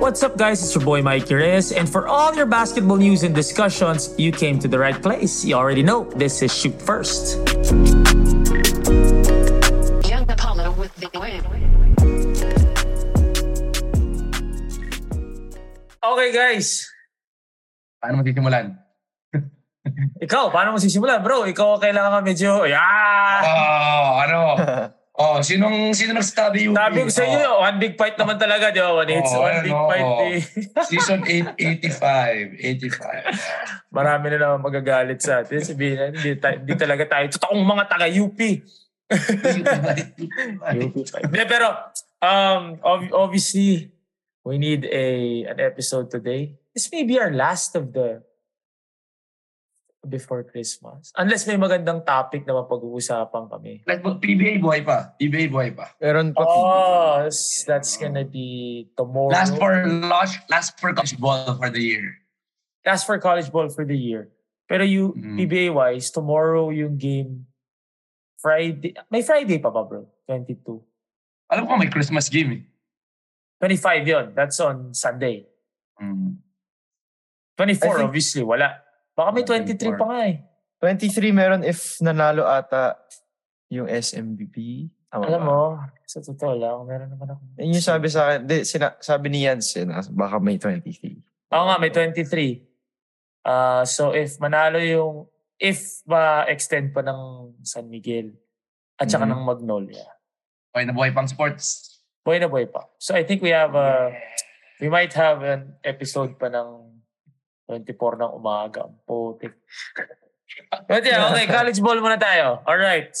what's up, guys? It's your boy Mikey Reyes, and for all your basketball news and discussions, you came to the right place. You already know this is Shoot First. Young Apollo with the win. Okay, guys. Paano magkikimulan? Ikaw, paano mo sisimulan, bro? Ikaw ang kailangan medyo, yeah! Oh, ano? Oh, sinong sino nagsabi yung Sabi ko sa inyo, one big fight naman talaga, di ba? One, hits, Oo, one big ano, fight. oo. Eh. season 8, 85. 85. Marami na naman magagalit sa atin. Sabihin na, hindi, ta- hindi talaga tayo. Totoong mga taga-UP. UP fight. Hindi, pero, um, ob- obviously, we need a an episode today. This may be our last of the before Christmas. Unless may magandang topic na mapag-uusapan kami. Like, PBA boy pa. PBA boy pa. Meron pa. Oh, that's, that's gonna be tomorrow. Last for launch, last for college ball for the year. Last for college ball for the year. Pero you Mm. PBA wise, tomorrow yung game Friday. May Friday pa ba, bro? 22. Alam ko may Christmas game eh. 25 yon. That's on Sunday. Mm. 24 I think- obviously wala. Baka may 23 pa 24. nga eh. 23 meron if nanalo ata yung SMBP. Tama Alam ba? mo, sa totoo lang, meron naman ako. Yun yung sabi sa akin, di, sina, sabi ni Yansen, ah, baka may 23. Oo nga, may 23. Ah, so if manalo yung, if ma-extend pa ng San Miguel at saka Mhm. ng Magnolia, Okay, na buhay pang sports. Buhay na buhay pa. So I think we have a, we might have an episode pa ng 24 ng umaga. Ang Putik. But yeah, okay, college ball muna tayo. Alright.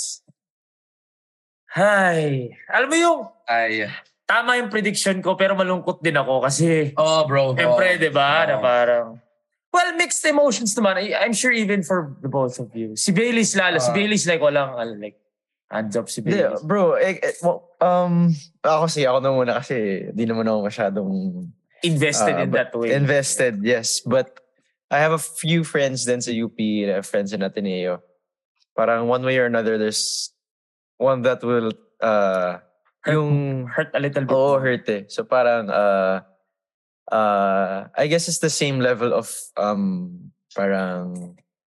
Hi. Alam mo yung, Ay. tama yung prediction ko pero malungkot din ako kasi Oh, bro. siyempre, oh. di ba, na Oh. parang, well, mixed emotions naman. I- I'm sure even for the both of you. Si Bailey's lalo. si Ah. Bailey's like walang, uh, like, hands up si Hindi, Bailey's. bro, eh, eh, well, um, ako kasi, ako na muna kasi di naman ako masyadong Invested Ah, in but that way. invested, yes. But I have a few friends then sa UP, I have friends in Ateneo. Parang one way or another, there's one that will, uh, Hurt- yung Hurt a little bit. Oo, hurt eh. So parang, uh, uh, I guess it's the same level of um, parang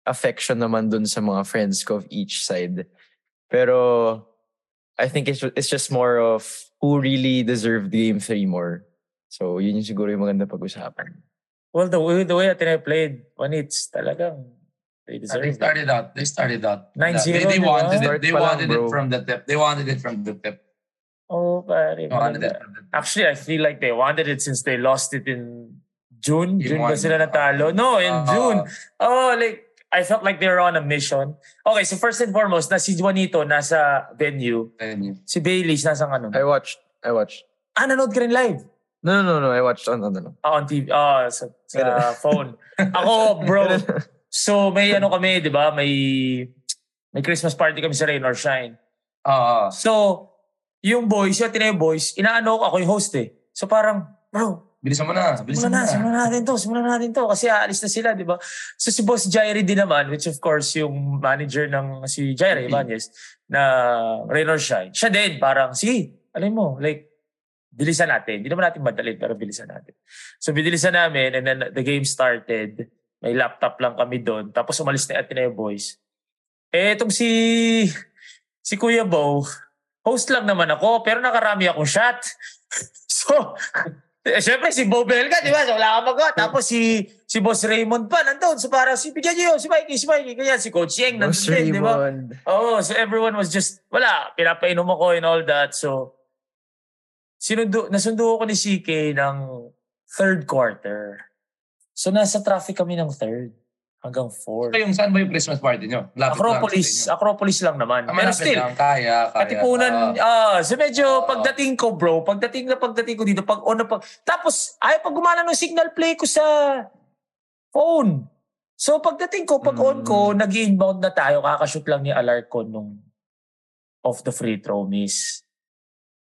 affection naman dun sa mga friends ko of each side. Pero I think it's, it's just more of who really deserved game three more. So yun yung siguro yung maganda pag-usapan. Well, the way, the way Ateneo played, Manits, talagang they deserve it. They started out. They started out. 9-0, They, they di ba? wanted Start it. They pa lang, wanted it bro. from the tip. They wanted it from the tip. Oh, pare. They ano wanted it maganda. from the tip. Actually, I feel like they wanted it since they lost it in June. Yung June ba one- sila natalo? No, in Ah, June. Oh, like, I felt like they were on a mission. Okay, so first and foremost, na si Juanito nasa venue. ayun yun. Si Bailey's nasa ano? I watched, I watched. Ah, nanood ka rin live. No, no, no, no. I watched on, ano, no. Ah, on TV. Ah, sa, sa phone. Ako, bro. So, may ano kami, di ba? May, may Christmas party kami sa Rain or Shine. Ah, ah. So, yung boys, yung Ateneo boys, inaano ko, ako yung host eh. So parang, bro, bilisan mo na. simulan Bilisan mo na, na. simulan natin to, simulan natin to. Kasi aalis na sila, di ba? So si Boss Jairi din naman, which of course yung manager ng si Jairi Mhm. Ibanez, na Rain or Shine, siya din parang, sige, alam mo, like, bilisan natin. Hindi naman natin madali, pero bilisan natin. So binilisan namin and then the game started. May laptop lang kami doon. Tapos umalis na yung Ateneo Boys. Eh, itong si, si Kuya Bo, host lang naman ako, pero nakarami akong shot. so, eh, syempre si Bo Belga, di ba? So, wala kang magawa. Tapos si, si Boss Raymond pa, nandun. So parang, si, bigyan niyo yun, si Mikey, si Mikey, ganyan, si Coach Yeng, nandun Boss din, di ba? Raymond. Oh, so everyone was just, wala, pinapainom ako and all that. So, sinundo, nasundo ako ni CK ng third quarter. So, nasa traffic kami ng third hanggang Ito fourth. yung saan ba yung Christmas party nyo? Lapit Acropolis, Lang, Acropolis lang naman. Acropolis. Pero still, Ah, lang, kaya, kaya. katipunan, Ah, ah, so medyo Ah. pagdating ko bro, pagdating na pagdating ko dito, pag on na pag, tapos ayaw pag gumana ng signal play ko sa phone. So pagdating ko, pag on Hmm. ko, nag inbound na tayo, kakashoot lang ni Alarcon nung off the free throw miss.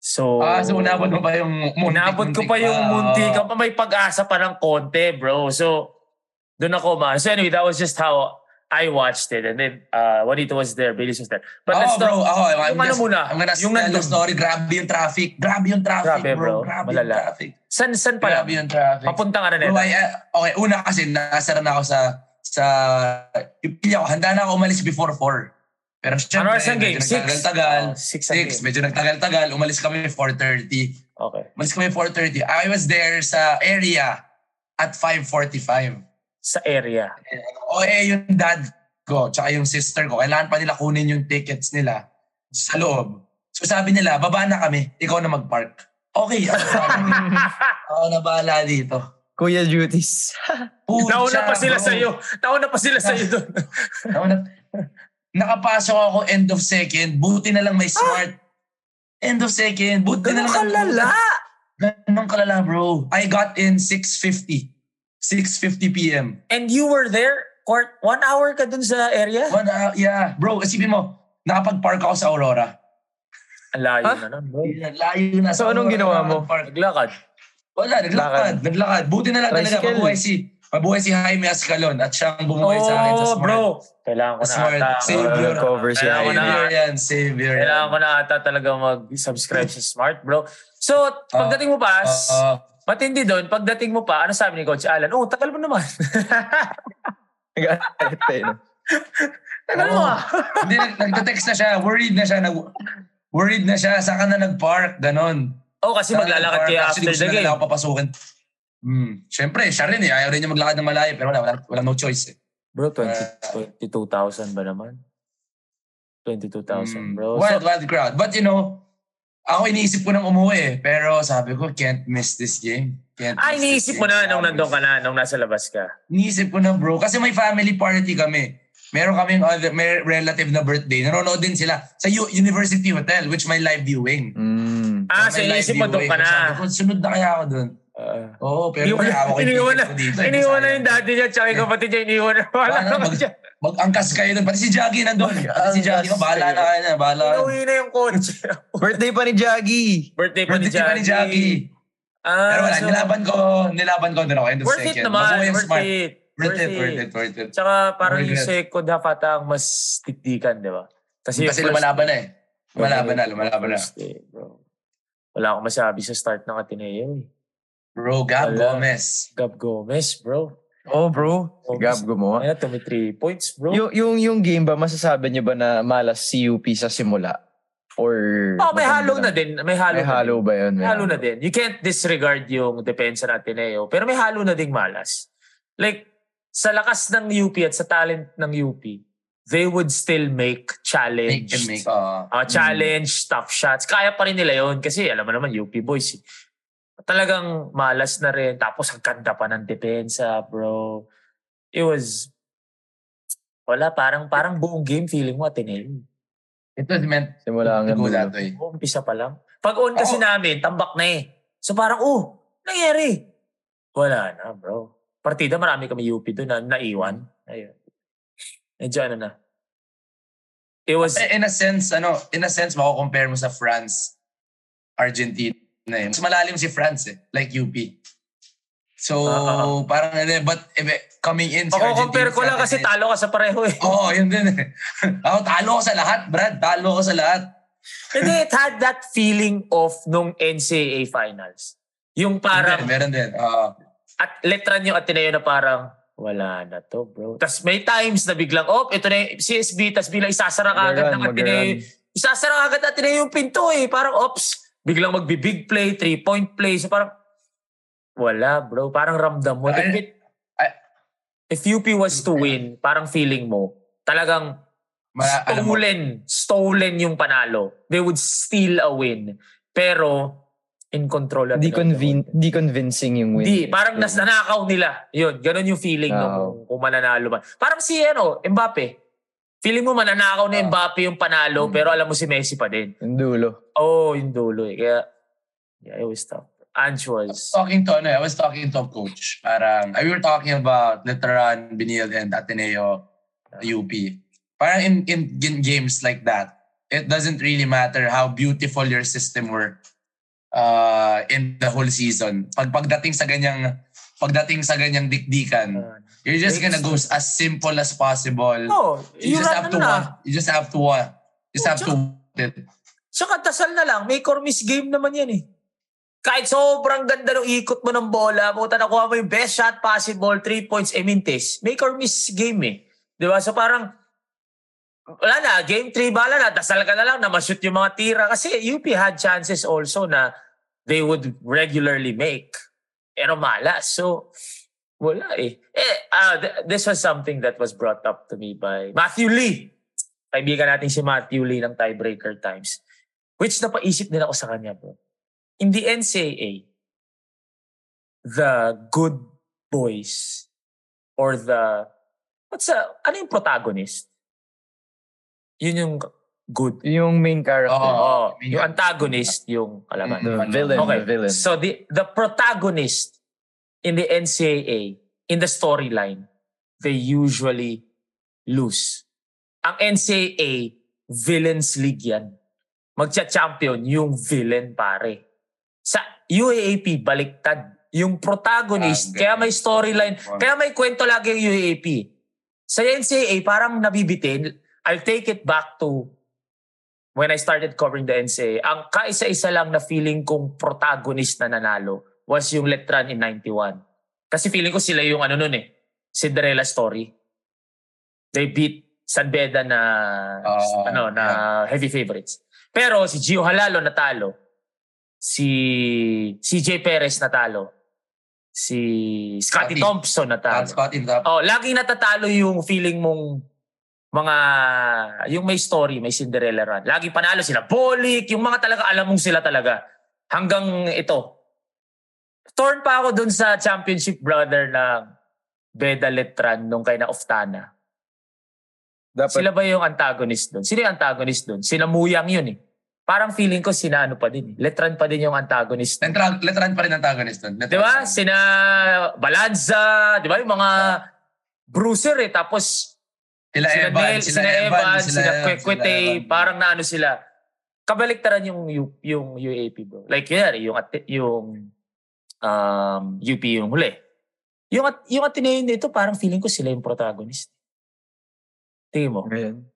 So, ah, so unabot mo ba yung muntik? Inabot ko pa yung munti ka pa. May pag-asa pa ng konti, bro. So, doon ako ma. So anyway, that was just how I watched it. And then, uh, Juanito was there, Billy was there. But But let's oh, not, bro, ako, I'm yung ano just, muna, I'm gonna yung tell the nandun. story. Grabe yung traffic. Grabe yung traffic, Grabe, bro. bro. Grabe Malala. yung traffic. San, san pa Grabe lang? yung traffic. Papunta ka na Bro, nila. I- ah, okay, una kasi nasara na ako sa sa yung pila ko. Handa na ako umalis before 4. Pero syempre, Ano oras ang game? medyo Six? nagtagal-tagal. Oh, six ang 6, game. medyo nagtagal-tagal. Umalis kami 4.30. Okay. Umalis kami 4.30. I was there sa area at 5.45. Sa area. O eh, yung dad ko, tsaka yung sister ko, kailangan pa nila kunin yung tickets nila sa loob. So sabi nila, baba na kami, ikaw na mag-park. Okay, ako sabi, ako na bahala dito. Kuya Duties. Nauna pa sila sa sa'yo. Nauna pa sila sa'yo doon. Nauna, nakapasok ako end of second, buti na lang may smart. End of second, buti na lang. Ganun kalala, bro. I got in 6.50. 6.50 p.m. And you were there? Court, one hour ka dun sa area? One hour, uh, yeah. Bro, isipin mo, nakapag-park ako sa Aurora. Ang layo Ha? na nun, bro. Layo na. So, sa anong Aurora, ginawa mo? nakapag-park. Naglakad. Wala, naglakad. Naglakad. Buti na lang talaga. Tricycle. Mabuhay si, mabuhay si Jaime Ascalon at siyang bumuhay sa akin sa Oh, Smart. bro. Kailangan ko na Smart. ata. Savior. Cover si Kailangan ko na Savior yan, savior yan. Kailangan ko na ata talaga mag-subscribe sa Smart, bro. So, pagdating mo Uh, pa, s- Oo. matindi doon, pagdating mo pa, ano sabi ni Coach Alan? Oh, tagal mo naman. Nag-aakit tayo, no? Ano, tagal mo Oo. ah. Hindi, nag- nagte-text na siya. Worried na siya. Nag worried na siya. Saan ka na nag-park? Ganon. Oh, kasi Saan ka maglalakad nag-park? kayo Actually, after gusto the na nila game. ako papasukin. Hmm. Siyempre, siya rin eh. Ayaw rin niya maglakad ng malayo. Pero wala, wala, wala no choice eh. Bro, 20 22,000 ba naman? 22,000, Hmm. bro. Wild, So, wild crowd. But you know, ako iniisip ko nang umuwi eh. Pero sabi ko, can't miss this game. Can't ah, miss this iniisip mo game. na nung Sabi nandun ko. ka na, nung nasa labas ka. Iniisip ko na bro. Kasi may family party kami. Meron kaming other, may relative na birthday. Nanonood din sila sa U- University Hotel, which may live viewing. Mm. Ah, May so live eh, iniisip mo doon viewing. ka na. Sabi ko, sunod na kaya ako doon. Ah. Oo, pero Iniwan wala ako na, kay iniwan na, Tito dito. eh, iniwan na sayang. yung daddy niya tsaka yung kapatid niya, iniwan na. Wala Wala na, na mag, siya. mag-angkas kayo doon. Pati si Jaggy nandun. Pati si Jaggy, oh, bahala na kayo na. Bahala. Inuwi na yung coach. Birthday pa ni Jaggy. Birthday pa ni Birthday pa ni Jaggy. Ah, Pero wala, so- nilaban ko, nilaban ko doon ako. End of Worth it second. naman. Mabuhay ang Worth smart. it. Worth it, worth it, worth it. Tsaka parang Worth yung it. second half ata ang mas tikdikan, di ba? yung Kasi first- lumalaban na eh. Lumalaban na, lumalaban na. first day, bro. Wala akong masabi sa start ng Ateneo. eh. Bro, Wala. Gab Gomez. Gab Gomez, bro. Oh, bro. Oh, Gab gumawa. Kaya tumi three points, bro. Yung, yung, yung game ba, masasabi niyo ba na malas si UP sa simula? Or... oh, may maganda halo na lang? din. May halo, May halo na din. ba yun? May May halo na din. You can't disregard yung depensa ng Ateneo. Pero may halo na ding malas. Like, sa lakas ng UP at sa talent ng UP, they would still make Make challenge. and make. Oo. Ah, challenge, tough shots. Kaya pa rin nila yun kasi alam mo naman, UP boys. eh. Talagang malas na rin. Tapos ang ganda pa ng depensa, bro. It was... Wala, parang parang buong game feeling mo Ateneo. Ito meant Simula ang to go dulo. that way. O, umpisa pa lang. Pag on kasi Oo. namin, tambak na eh. So parang, oh, nangyari. Wala na, bro. Partida, marami kami UP doon na naiwan. Ayun. Medyo ano na. It was... Eh, in a sense, ano, in a sense, mako-compare mo sa France, Argentina eh. Mas malalim si France eh, like UP. So, Ah, parang ano eh, but if it- coming in si Argentina. Mako-compare ko lang sa- kasi talo ka sa pareho eh. Oo, yun din eh. Ako, talo ko sa lahat, Brad. Talo ko sa lahat. Hindi, it had that feeling of nung NCAA finals. Yung Parang, parang, meron din. Oo. at letran yung Ateneo na parang, wala na to, bro. Tapos may times na biglang, oh, ito na yung CSB, tapos biglang isasara ka agad ng Mag-run, Ateneo. mag-run. Isasara agad ng Ateneo yung pinto eh. Parang, ops, biglang magbi-big play, three-point play. So parang, wala, bro. Parang ramdam mo. Ay- if, it- ay- if UP was to win, parang feeling mo, talagang Mala- alam mo, stolen, stolen yung panalo. They would steal a win. Pero, in control. at Di, in convin- control. di convincing yung win. Di, parang Yeah. nas nanakaw nila. Yun, ganun yung feeling nung Oo. kung mananalo man. Parang si, ano, Mbappe. Feeling mo mananakaw na Ah. Mbappe yung panalo, Hmm. pero alam mo si Messi pa din. Yung dulo. Oh, yung dulo eh. Kaya, yeah, it was tough. Ange was, talking to, ano, eh, I was talking to coach. Parang, we were talking about Letran, Benil, and Ateneo, UP. Parang in, in, in games like that, it doesn't really matter how beautiful your system were uh, in the whole season. Pag pagdating sa ganyang pagdating sa ganyang dikdikan, uh, you're just gonna go as simple as possible. oh, mm. You yung just have run to na. want. You just have to want. Just Oh, have to want it. Tsaka tasal na lang. Make or miss game naman yan eh. Kahit sobrang ganda ng ikot mo ng bola, puta nakuha mo yung best shot possible, three points, eh, I mean, tis. Make or miss game eh. Di ba? So parang, wala na, game three bala na, dasal ka na lang na mashoot yung mga tira. Kasi UP had chances also na they would regularly make. Pero malas. So, wala eh. eh ah, th- this was something that was brought up to me by Matthew Lee. Kaibigan natin si Matthew Lee ng Tiebreaker Times. Which napaisip din ako sa kanya, bro. In the NCAA, the good boys or the... What's a... Ano yung protagonist? Yun yung good. Yung main character. Oo. Oh, yun. yung antagonist, yung kalaban. The Ano? villain. Okay. The villain. So the the protagonist in the NCAA in the storyline, they usually lose. Ang NCAA Villains League yan. Magcha-champion yung villain pare. Sa UAAP baliktad yung protagonist, Ah, kaya ganun. may storyline, Okay. kaya may kwento lagi yung UAAP. Sa NCAA parang nabibitin. I'll take it back to when I started covering the NCAA, ang kaisa-isa lang na feeling kong protagonist na nanalo was yung Letran in 91. Kasi feeling ko sila yung ano nun eh, Cinderella story. They beat San Beda na Oo, ano na heavy favorites. Pero si Gio Halalo natalo. Si CJ Perez natalo. Si Scotty Scotty. Thompson natalo. That's spot in the Oh, laging natatalo yung feeling mong mga yung may story, may Cinderella run. Lagi panalo sila. Bolik, yung mga talaga alam mong sila talaga. Hanggang ito. Torn pa ako dun sa championship brother ng Beda Letran nung kay na Oftana. Dapat, Sila ba yung antagonist dun? Sino yung antagonist dun? Sila Muyang yun eh. Parang feeling ko sina ano pa din. eh. Letran pa din yung antagonist. dun. Letran, letran pa rin ang antagonist doon. Di ba? Sina Balanza, di ba? Yung mga bruiser eh. Tapos Sila sila Evan, Del, sila sila Evan, Evan, sila Evan, Kwete, sila Evan. parang naano sila. Kabaliktaran yung U- yung UAP bro. Like yun, yung at- yung um, UP yung huli. Yung at, yung Ateneo nito parang feeling ko sila yung protagonist. Tingin mo. Ayun.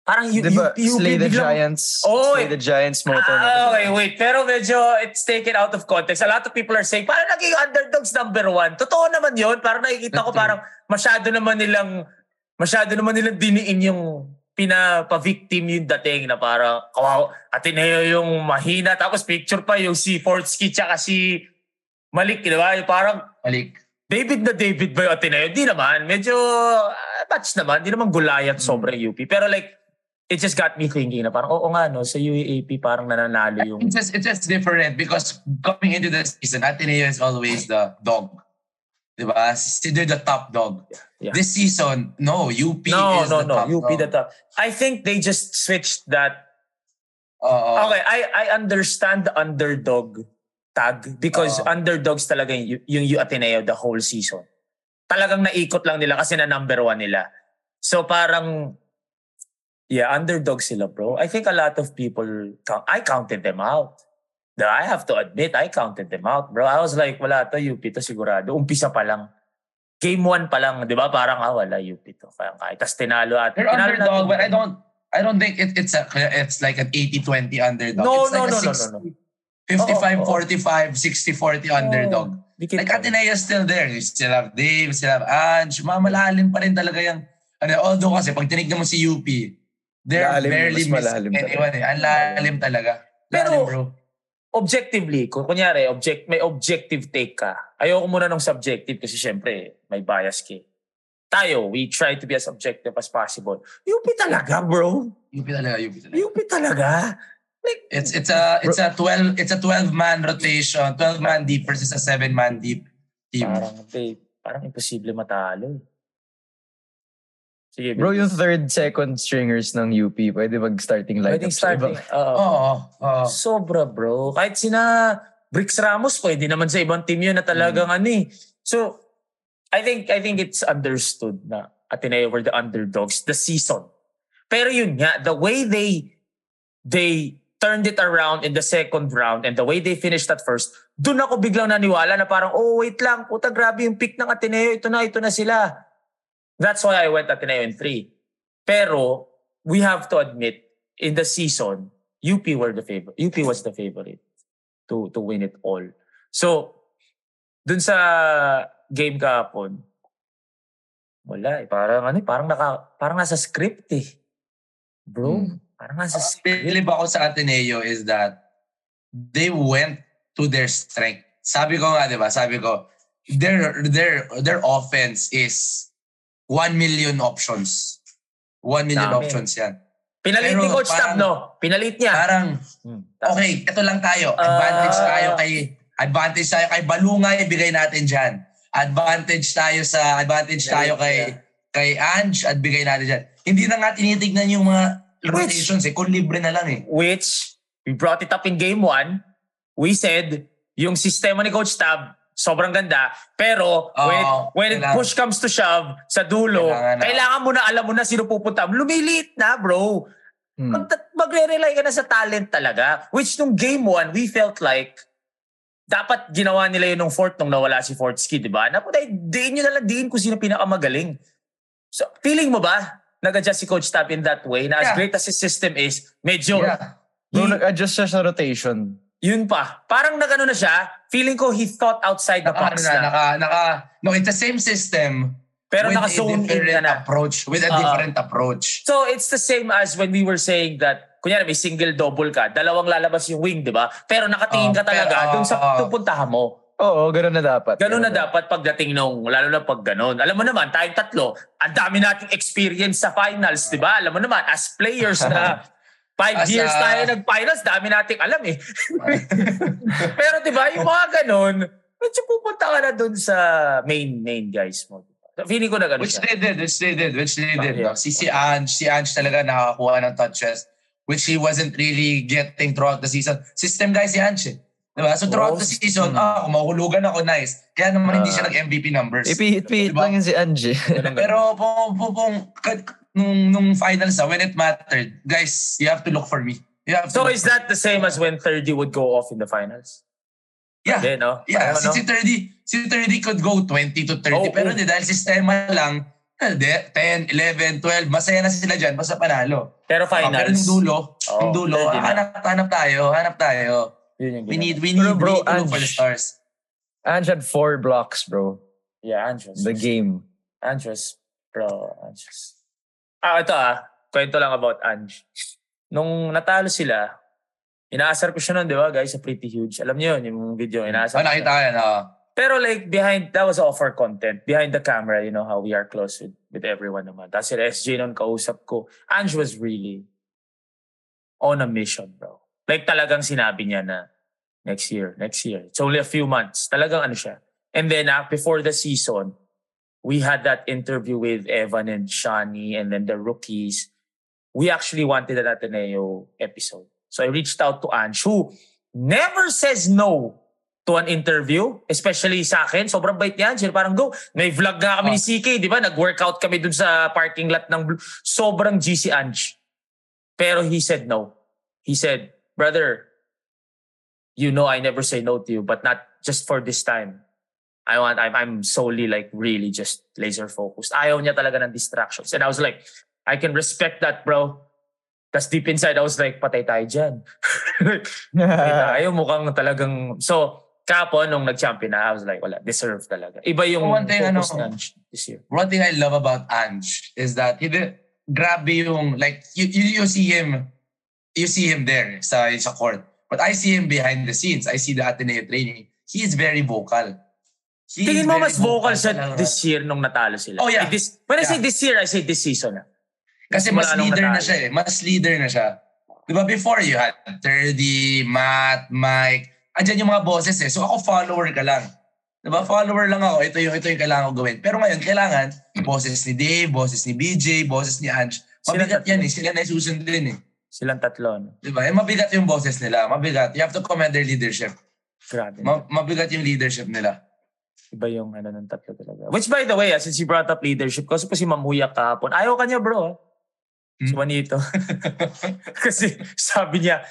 Parang U- Di ba, UP, UP Slay the biglang- Giants. Oo, Slay eh. the Giants motto. Ah, okay, wait. Pero medyo it's taken out of context. A lot of people are saying, parang naging underdogs number one. Totoo naman yun. Parang nakikita ko That's true. parang masyado naman nilang, masyado naman nilang diniin yung pinapa-victim yung dating na parang kawaw, Ateneo yung mahina. Tapos picture pa yung si Fortsky tsaka si Malik, di ba? Yung Parang Malik. David na David ba yung Ateneo? Di naman. Medyo ah, match naman. Di naman gulayat sobra yung UP. Pero like, it just got me thinking na parang, oo nga no, sa UAAP parang nananalo yung... It's just, it's just different because coming into the season, Ateneo is always the dog. Diba? Si- They're the top dog. Yeah. This season, no, UP no, is no, the no. top UP dog. the top. I think they just switched that. Oo. Okay, I I understand the underdog tag because Oo. underdogs talaga yung, yung U Ateneo the whole season. Talagang naikot lang nila kasi na number one nila. So parang, yeah, underdog sila bro. I think a lot of people, count, I counted them out. Now, I have to admit, I counted them out bro. I was like, wala to, UP to sigurado. Umpisa pa lang. Game one pa lang, di ba? Parang, ah, wala, UP to. Kaya, kaya. Tapos tinalo at They're tinalo underdog, natin. but I don't I don't think it, it's a it's like an 80-20 underdog. No, it's like no, a no, no, no, 60, no. 55-45, Oo, oo. Oh, 60-40 underdog. Dikit Like pa rin. Ateneo is still there. You still have Dave, you still have Ange. Mamalalim pa rin talaga yung... Ano, although kasi pag tinignan mo si UP, they're Lalim, barely mas malalim missing talaga. anyone. Eh. Ang lalim talaga. Pero- lalim, bro. objectively, kung kunyari, object, may objective take ka. Ayoko muna ng subjective kasi syempre, may bias ka. eh. Tayo, we try to be as objective as possible. UP talaga, bro. UP talaga, UP talaga. UP talaga. Like, It's it's a it's a 12 it's a 12 man rotation, 12 man deep versus a 7 man deep team. parang, babe, parang imposible matalo. eh. Sige, Bro, babe. yung third, second stringers ng UP, pwede mag-starting lineup. Pwedeng sa starting. iba. Oo. Oo. oo. Sobra, bro. Kahit sina Bricks Ramos, pwede naman sa ibang team yun na talagang ano eh. So, I think, I think it's understood na Ateneo were the underdogs the season. Pero yun nga, the way they they turned it around in the second round and the way they finished at first, dun ako biglang naniwala na parang, oh, wait lang, puta, grabe yung pick ng Ateneo. Ito na, ito na sila. That's why I went Ateneo in three. Pero, we have to admit, in the season, UP were the favorite. UP was the favorite. to to win it all. So, dun sa game kahapon, wala eh. Parang ano eh, parang, naka, parang nasa script eh. Bro, Hmm. Mm. parang nasa Ang script. Believe ako sa Ateneo is that they went to their strength. Sabi ko nga, di ba? Sabi ko, their, their, their offense is 1 million options. 1 million Dami. options yan. Pinalit pero ni Coach Tab, parang- no? Pinalit niya. Parang, Hmm. okay, ito lang tayo. Ah. Advantage tayo kay advantage tayo kay Balungay bigay natin diyan. Advantage tayo sa advantage tayo kay kay Ange at bigay natin diyan. Hindi na nga tinitignan yung mga rotations eh, kung libre na lang eh. which we brought it up in game one. We said, yung sistema ni Coach Tab, sobrang ganda. Pero Oo, when, when kailangan. push comes to shove sa dulo, Kailangan kailangan, na. mo na alam mo na sino pupunta. Lumiliit na, bro. Hmm. Mag, magre-rely ka na sa talent talaga. Which nung game one, we felt like dapat ginawa nila yun nung fourth nung nawala si Fortski, di ba? Napunta, diin nyo nalang diin kung sino pinakamagaling. So, feeling mo ba nag-adjust si Coach Tab in that way na as Yeah. great as his system is, medyo Yeah. Bro, He- nag-adjust siya sa rotation. yun pa. Parang nagano na siya, feeling ko he thought outside the Naka, ano box na, na. naka, naka, no, it's the same system pero with a naka-zone in ka different na. approach. With a Ah. different approach. So it's the same as when we were saying that, kunyari may single-double ka, dalawang lalabas yung wing, di ba? Pero nakatingin Oh, ka talaga pero- dun sa oh, oh. pupuntahan mo. Oo, ganun na dapat. Ganun na dapat pagdating nung, lalo na pag ganun. Alam mo naman, tayong tatlo, ang dami nating experience sa finals, di ba? Alam mo naman, as players na five As years a- tayo nag-finals, dami nating alam eh. Pero di ba, yung mga ganun, medyo pupunta ka na dun sa main, main guys mo. Feeling ko na ganun Which siya. they did, which they did, which they did. Yeah. no? Si, si Ange, si Ange talaga nakakuha ng touches, which he wasn't really getting throughout the season. System guy si Ange. eh. Diba? So throughout the Roast. season, Hmm. ah, kumahulugan ako, nice. Kaya naman hindi siya Ah. nag-MVP numbers. Ipihit-pihit Diba? lang yun si Angie. Ganun, ganun. Pero po, po, po, ka- nung, nung finals na, when it mattered, guys, you have to look for me. You have to so look is for that the same as when 30 would go off in the finals? me. Yeah. Hindi, no? Yeah, Parang si, ano? si 30, si 30 could go 20 to 30. Oh, pero oh. di, dahil sistema lang, hindi, 10, 11, 12, masaya na sila dyan, basta panalo. Pero Ah, Pero finals. yung dulo, Oo, yung dulo, pwede na. hanap, hanap tayo, hanap tayo. yun yung We ginawa. need, we Pero need, bro, we need to look for the Ange. stars. Ange had four blocks, bro. Yeah, Andrews. The game. Andrews. Bro, Andrews. Ah, ito ah. Kwento lang about Ange. Nung natalo sila, inaasar ko siya nun, di ba guys, sa Pretty Huge. Alam niyo yun, yung video, inaasar ko Oh, siya. nakita ko yan, ah. Pero like behind, that was offer content. Behind the camera, you know how we are close with, with everyone naman. Tapos yung SJ nun kausap ko, Ange was really on a mission, bro. Like talagang sinabi niya na next year, next year. It's only a few months. Talagang ano siya. And then ah, before the season, we had that interview with Evan and Shani and then the rookies. We actually wanted an Ateneo episode. So I reached out to Ange, who never says no to an interview, especially sa akin. Sobrang bait ni Angel. Parang go, may vlog nga kami ni CK, di ba? Nag-workout kami dun sa parking lot ng Blue. Sobrang G si Ange. Pero he said no. He said, brother, you know I never say no to you, but not just for this time. I want, I'm, I'm solely like really just laser focused. Ayaw niya talaga ng distractions. And I was like, I can respect that, bro. Tapos deep inside, I was like, patay tayo dyan. like, Ay, tayo mukhang talagang... So, kapo nung nag-champion na, I was like, wala, deserve talaga. Iba yung One thing, ano, focus ng this year. One thing I love about Ange is that he did, grabe yung, like, you, you, you see him, you see him there sa, sa court. But I see him behind the scenes. I see the Ateneo training. He is very vocal. He is Tingin mo very mas vocal siya talaga. this year nung natalo sila. Oh, yeah. Like this, when I say Yeah. this year, I say this season. ah. Kasi mas Simula nung leader na natalo. siya eh. Mas leader na siya. Di ba before you had 30, Matt, Mike, andyan yung mga bosses eh. So ako follower ka lang. Di ba? Follower lang ako. Ito yung, ito yung kailangan ko gawin. Pero ngayon, kailangan bosses ni Dave, bosses ni BJ, bosses ni Ange. Sila Mabigat tatlo. yan eh. Sila na susundin eh. Silang tatlo. ano? No? Di ba? Eh, mabigat yung bosses nila. Mabigat. You have to commend their leadership. Grabe. Ma- mabigat yung leadership nila. Iba yung ano ng tatlo talaga. Which by the way, ah, since you brought up leadership, kasi pa si Mamuya kahapon, ayaw kanya bro. ah. Si Hmm. Juanito. kasi sabi niya,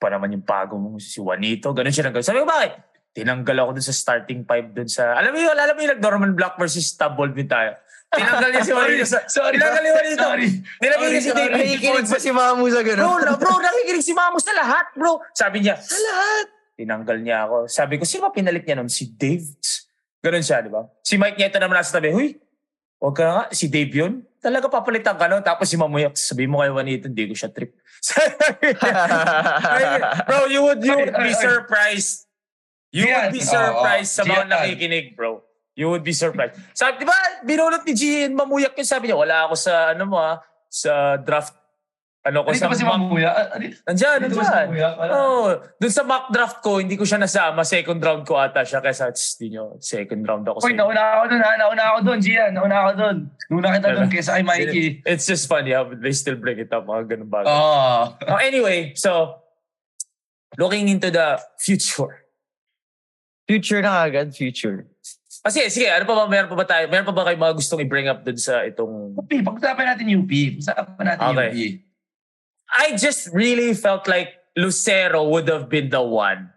pa naman yung pago mo si Juanito. Ganun siya nag Sabi ko, bakit? Tinanggal ako dun sa starting five dun sa... Alam mo yun, alam mo yung nag-Norman Black versus Tabold din tayo. Tinanggal niya si Juanito. sa, sorry. Tinanggal niya si Juanito. Sorry. Nilagay niya si Sorry, David sorry. Jones. Ano? Nakikinig ba si Mamu sa Bro, ganun? na, bro, nakikinig si Mamos sa lahat, bro. Sabi niya, sa lahat. Tinanggal niya ako. Sabi ko, sino ba pinalit niya nun? Si Dave. Ganun siya, di ba? Si Mike niya ito naman nasa tabi, Huy, huwag ka nga, si Dave yun. Talaga papalitan ka nun. Tapos si Mamuyak, sabi mo kay Juanito, hindi ko siya trip. Sabi niya, bro, you would you would be surprised. You would be Yes, surprised oo. sa mga Yes. nakikinig, bro. You would be surprised. Sabi, di ba, binulot ni Gian Mamuyak yun. Sabi niya, wala ako sa, ano mo ah, sa draft. Ano ko Dito sa... ba si mock- Mamuya? Ah, Dito Nandiyan, ba si nandiyan. Mamuya? Wala. Oh, dun sa mock draft ko, hindi ko siya nasama. Second round ko ata siya. Kaya sabi niyo, second round ako sa Uy, nauna ako dun ha. Nauna ako dun, Gian. Nauna ako dun. Nauna kita dun kesa kay Mikey. It's just funny how they still bring it up. Mga ganun bagay. Oh. Oh, anyway, so looking into the future. Future na agad, future. Kasi sige, ano pa ba meron pa ba tayo? Meron pa ba kayo mga gustong i-bring up dun sa itong UP, pag-usapan natin UP. Pag-usapan natin Okay. UP. I just really felt like Lucero would have been the one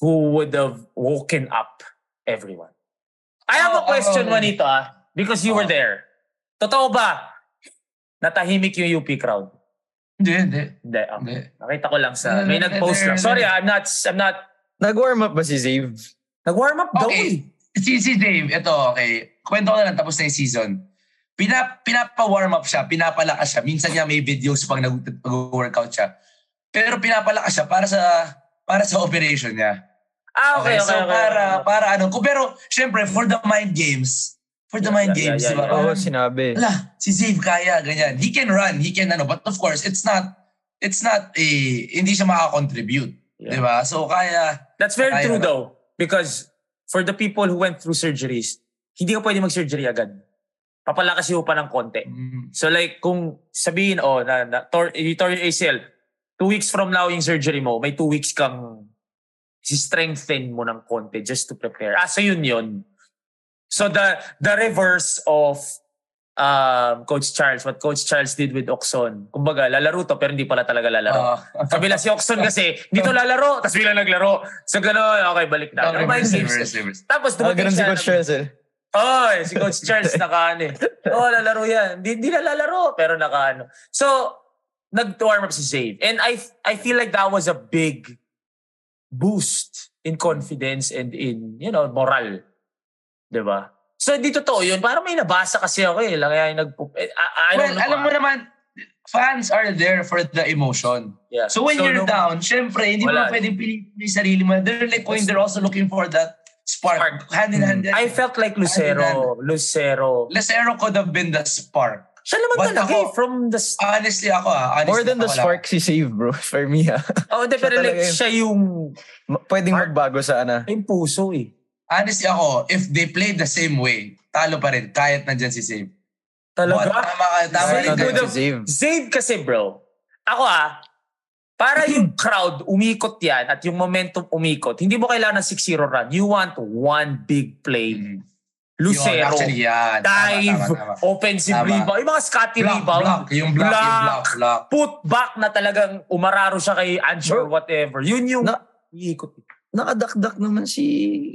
who would have woken up everyone. I have a Oh, question, oh. Juanito, ah, because you were Oh. there. Totoo ba? Natahimik yung UP crowd. Hindi, hindi. Hindi, ah, Hindi. nakita ko lang sa may Hindi, nag-post lang. hindi, Sorry, hindi. ah, I'm not I'm not Nag-warm up ba si Zave? nag-warm up daw. eh. Okay. Si, si Dave, ito, okay. Kwento ko na lang, tapos na yung season. Pina, pinapa-warm up siya, pinapalakas siya. Minsan niya may videos pag nag- nag-workout siya. Pero pinapalakas siya para sa para sa operation niya. Ah, okay, okay. so okay, para okay. para ano, kung pero syempre for the mind games, for the Yeah, mind yeah, games, yeah, di ba? yeah. Oh, Oo, Parang, sinabi. Ala, si Zave kaya ganyan. He can run, he can ano, but of course, it's not it's not a hindi siya makakontribute, Yeah. di ba? So kaya That's very Ayaw true na. though. Because for the people who went through surgeries, hindi ka pwede mag-surgery agad. Papalakas yung pa ng konti. mm, So like, kung sabihin, oh, na, na tor, you tore your ACL, two weeks from now yung surgery mo, may two weeks kang si-strengthen mo ng konti just to prepare. Ah, so yun yun. So the the reverse of um, Coach Charles, what Coach Charles did with Oxon. Kumbaga, lalaro to pero hindi pala talaga lalaro. ah, Kabila si Oxon kasi, dito lalaro, tapos bilang naglaro. So gano'n, okay, balik na. Ano ba yung reverse, games? reverse, reverse. Tapos Ah, dumating ganun si siya. Coach Trezor. Oh, si Coach Charles nakaano eh. Oo, oh, lalaro yan. Hindi, hindi na lalaro, pero nakaano. So, nag-warm up si Zave. And I I feel like that was a big boost in confidence and in, you know, moral. 'Di ba? So, di totoo yun. Parang may nabasa kasi ako eh. Lang yan, nag I, I don't well, know. alam mo naman, fans are there for the emotion. Yeah. So when you're nung- down, syempre, hindi Wala. mo na pwedeng piliin yung sarili mo. They're like going, they're also looking for that spark. Spark. Hmm. Hand in hand. I felt like Lucero. Lucero. Lesero could have been the spark. Siya naman But talaga ako- eh, from the... st- Honestly ako ah. Honestly, More than the ako lang. spark si Save, bro. For me, ha. Oh, hindi, siya pero like, talaga yun. siya yung, Ma- Pwedeng Mark. magbago sa ano, ana. yung puso eh. Honestly ako, if they played the same way, talo pa rin. Kahit nandyan si Save. Talaga. Oh, tama ka. Tama Zave rin. would kayo. have- ano, Zave. Zave kasi bro, ako ah, para yung crowd umikot yan at yung momentum umikot, hindi mo kailangan ng 6-0 run. You want one big play. Mm. Yun, Lucero, actually, yan. Tama, dive, tama, tama. offensive Tama. rebound. Yung mga scotty Block, rebound. block. Yung block, yung block, block. Put back na talagang umararo siya kay Ancho or Bro, whatever. Yun yung na- umiikot. Nakadakdak naman si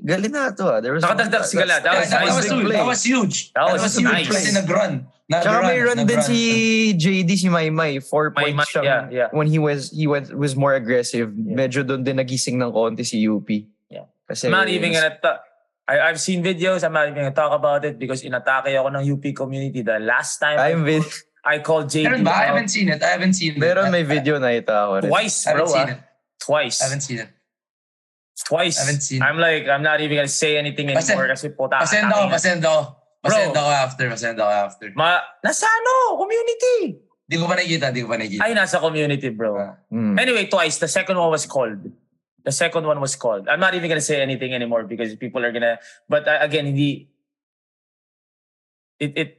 Galinato, ha. There was Nakadakdak si Gala. That was That nice was big huge. play. That was huge. That was huge. nice. Kasi nag-run. Tsaka Nag-run. may run din nag-run. si JD, si Maymay. Four Maymay, points siya yeah, when- yeah. when he was he went, was more aggressive. Yeah. Medyo doon din nagising ng konti si UP. Yeah. Kasi I'm not even gonna talk. I, I've seen videos. I'm not even gonna talk about it because inatake ako ng UP community the last time I'm I, vid- I called JD Meron ba? I out haven't seen it. I haven't seen it. Meron may video na ito ako rin. twice, I bro. haven't seen ah. it. Twice. I haven't seen it. Twice. haven't seen I'm like, I'm not even gonna say anything Pasen- anymore kasi puta. Pasend ako, pasend ako. Ah, Pasend Bro. ako after, pasend ako after. Ma, nasa ano? Community. Di ko pa nakikita, di ko pa nakikita. Ay, nasa community, bro. Ah. Mm. Anyway, twice. The second one was called. The second one was called. I'm not even gonna say anything anymore because people are gonna. But uh, again, hindi. It it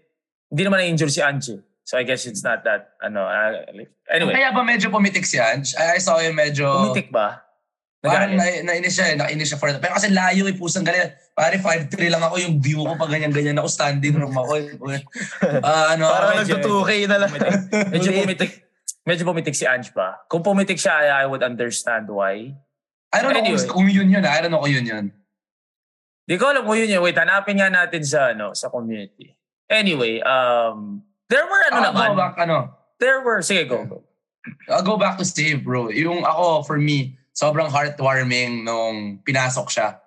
hindi naman na-injure si Angie. So I guess it's not that ano. uh, like- anyway, Kaya ba medyo pumitik si Ange? I, I saw him medyo... pumitik ba? Parang Nagalit? na, nainis siya, eh, nakainis siya for that. Pero kasi layo eh, pusang ganyan. Pare, 5'3 lang ako, yung view ko pa ganyan-ganyan ako, standing room ako. eh. Ah, ano, Parang medyo- nagtutuke na lang. Pumitik. Medyo pumitik. Medyo pumitik si Ange ba? Kung pumitik siya, I, I would understand why. I don't know kung- Anyway. kung yun yun. ah. I don't know kung yun yun. Ano Di ko alam kung yun yun. Wait, hanapin nga natin sa, ano, sa community. Anyway, um, there were ano I'll naman. Ah, go back, ano. There were, sige, go. go. I'll go back to save, bro. Yung ako, for me, sobrang heartwarming nung pinasok siya. Ako,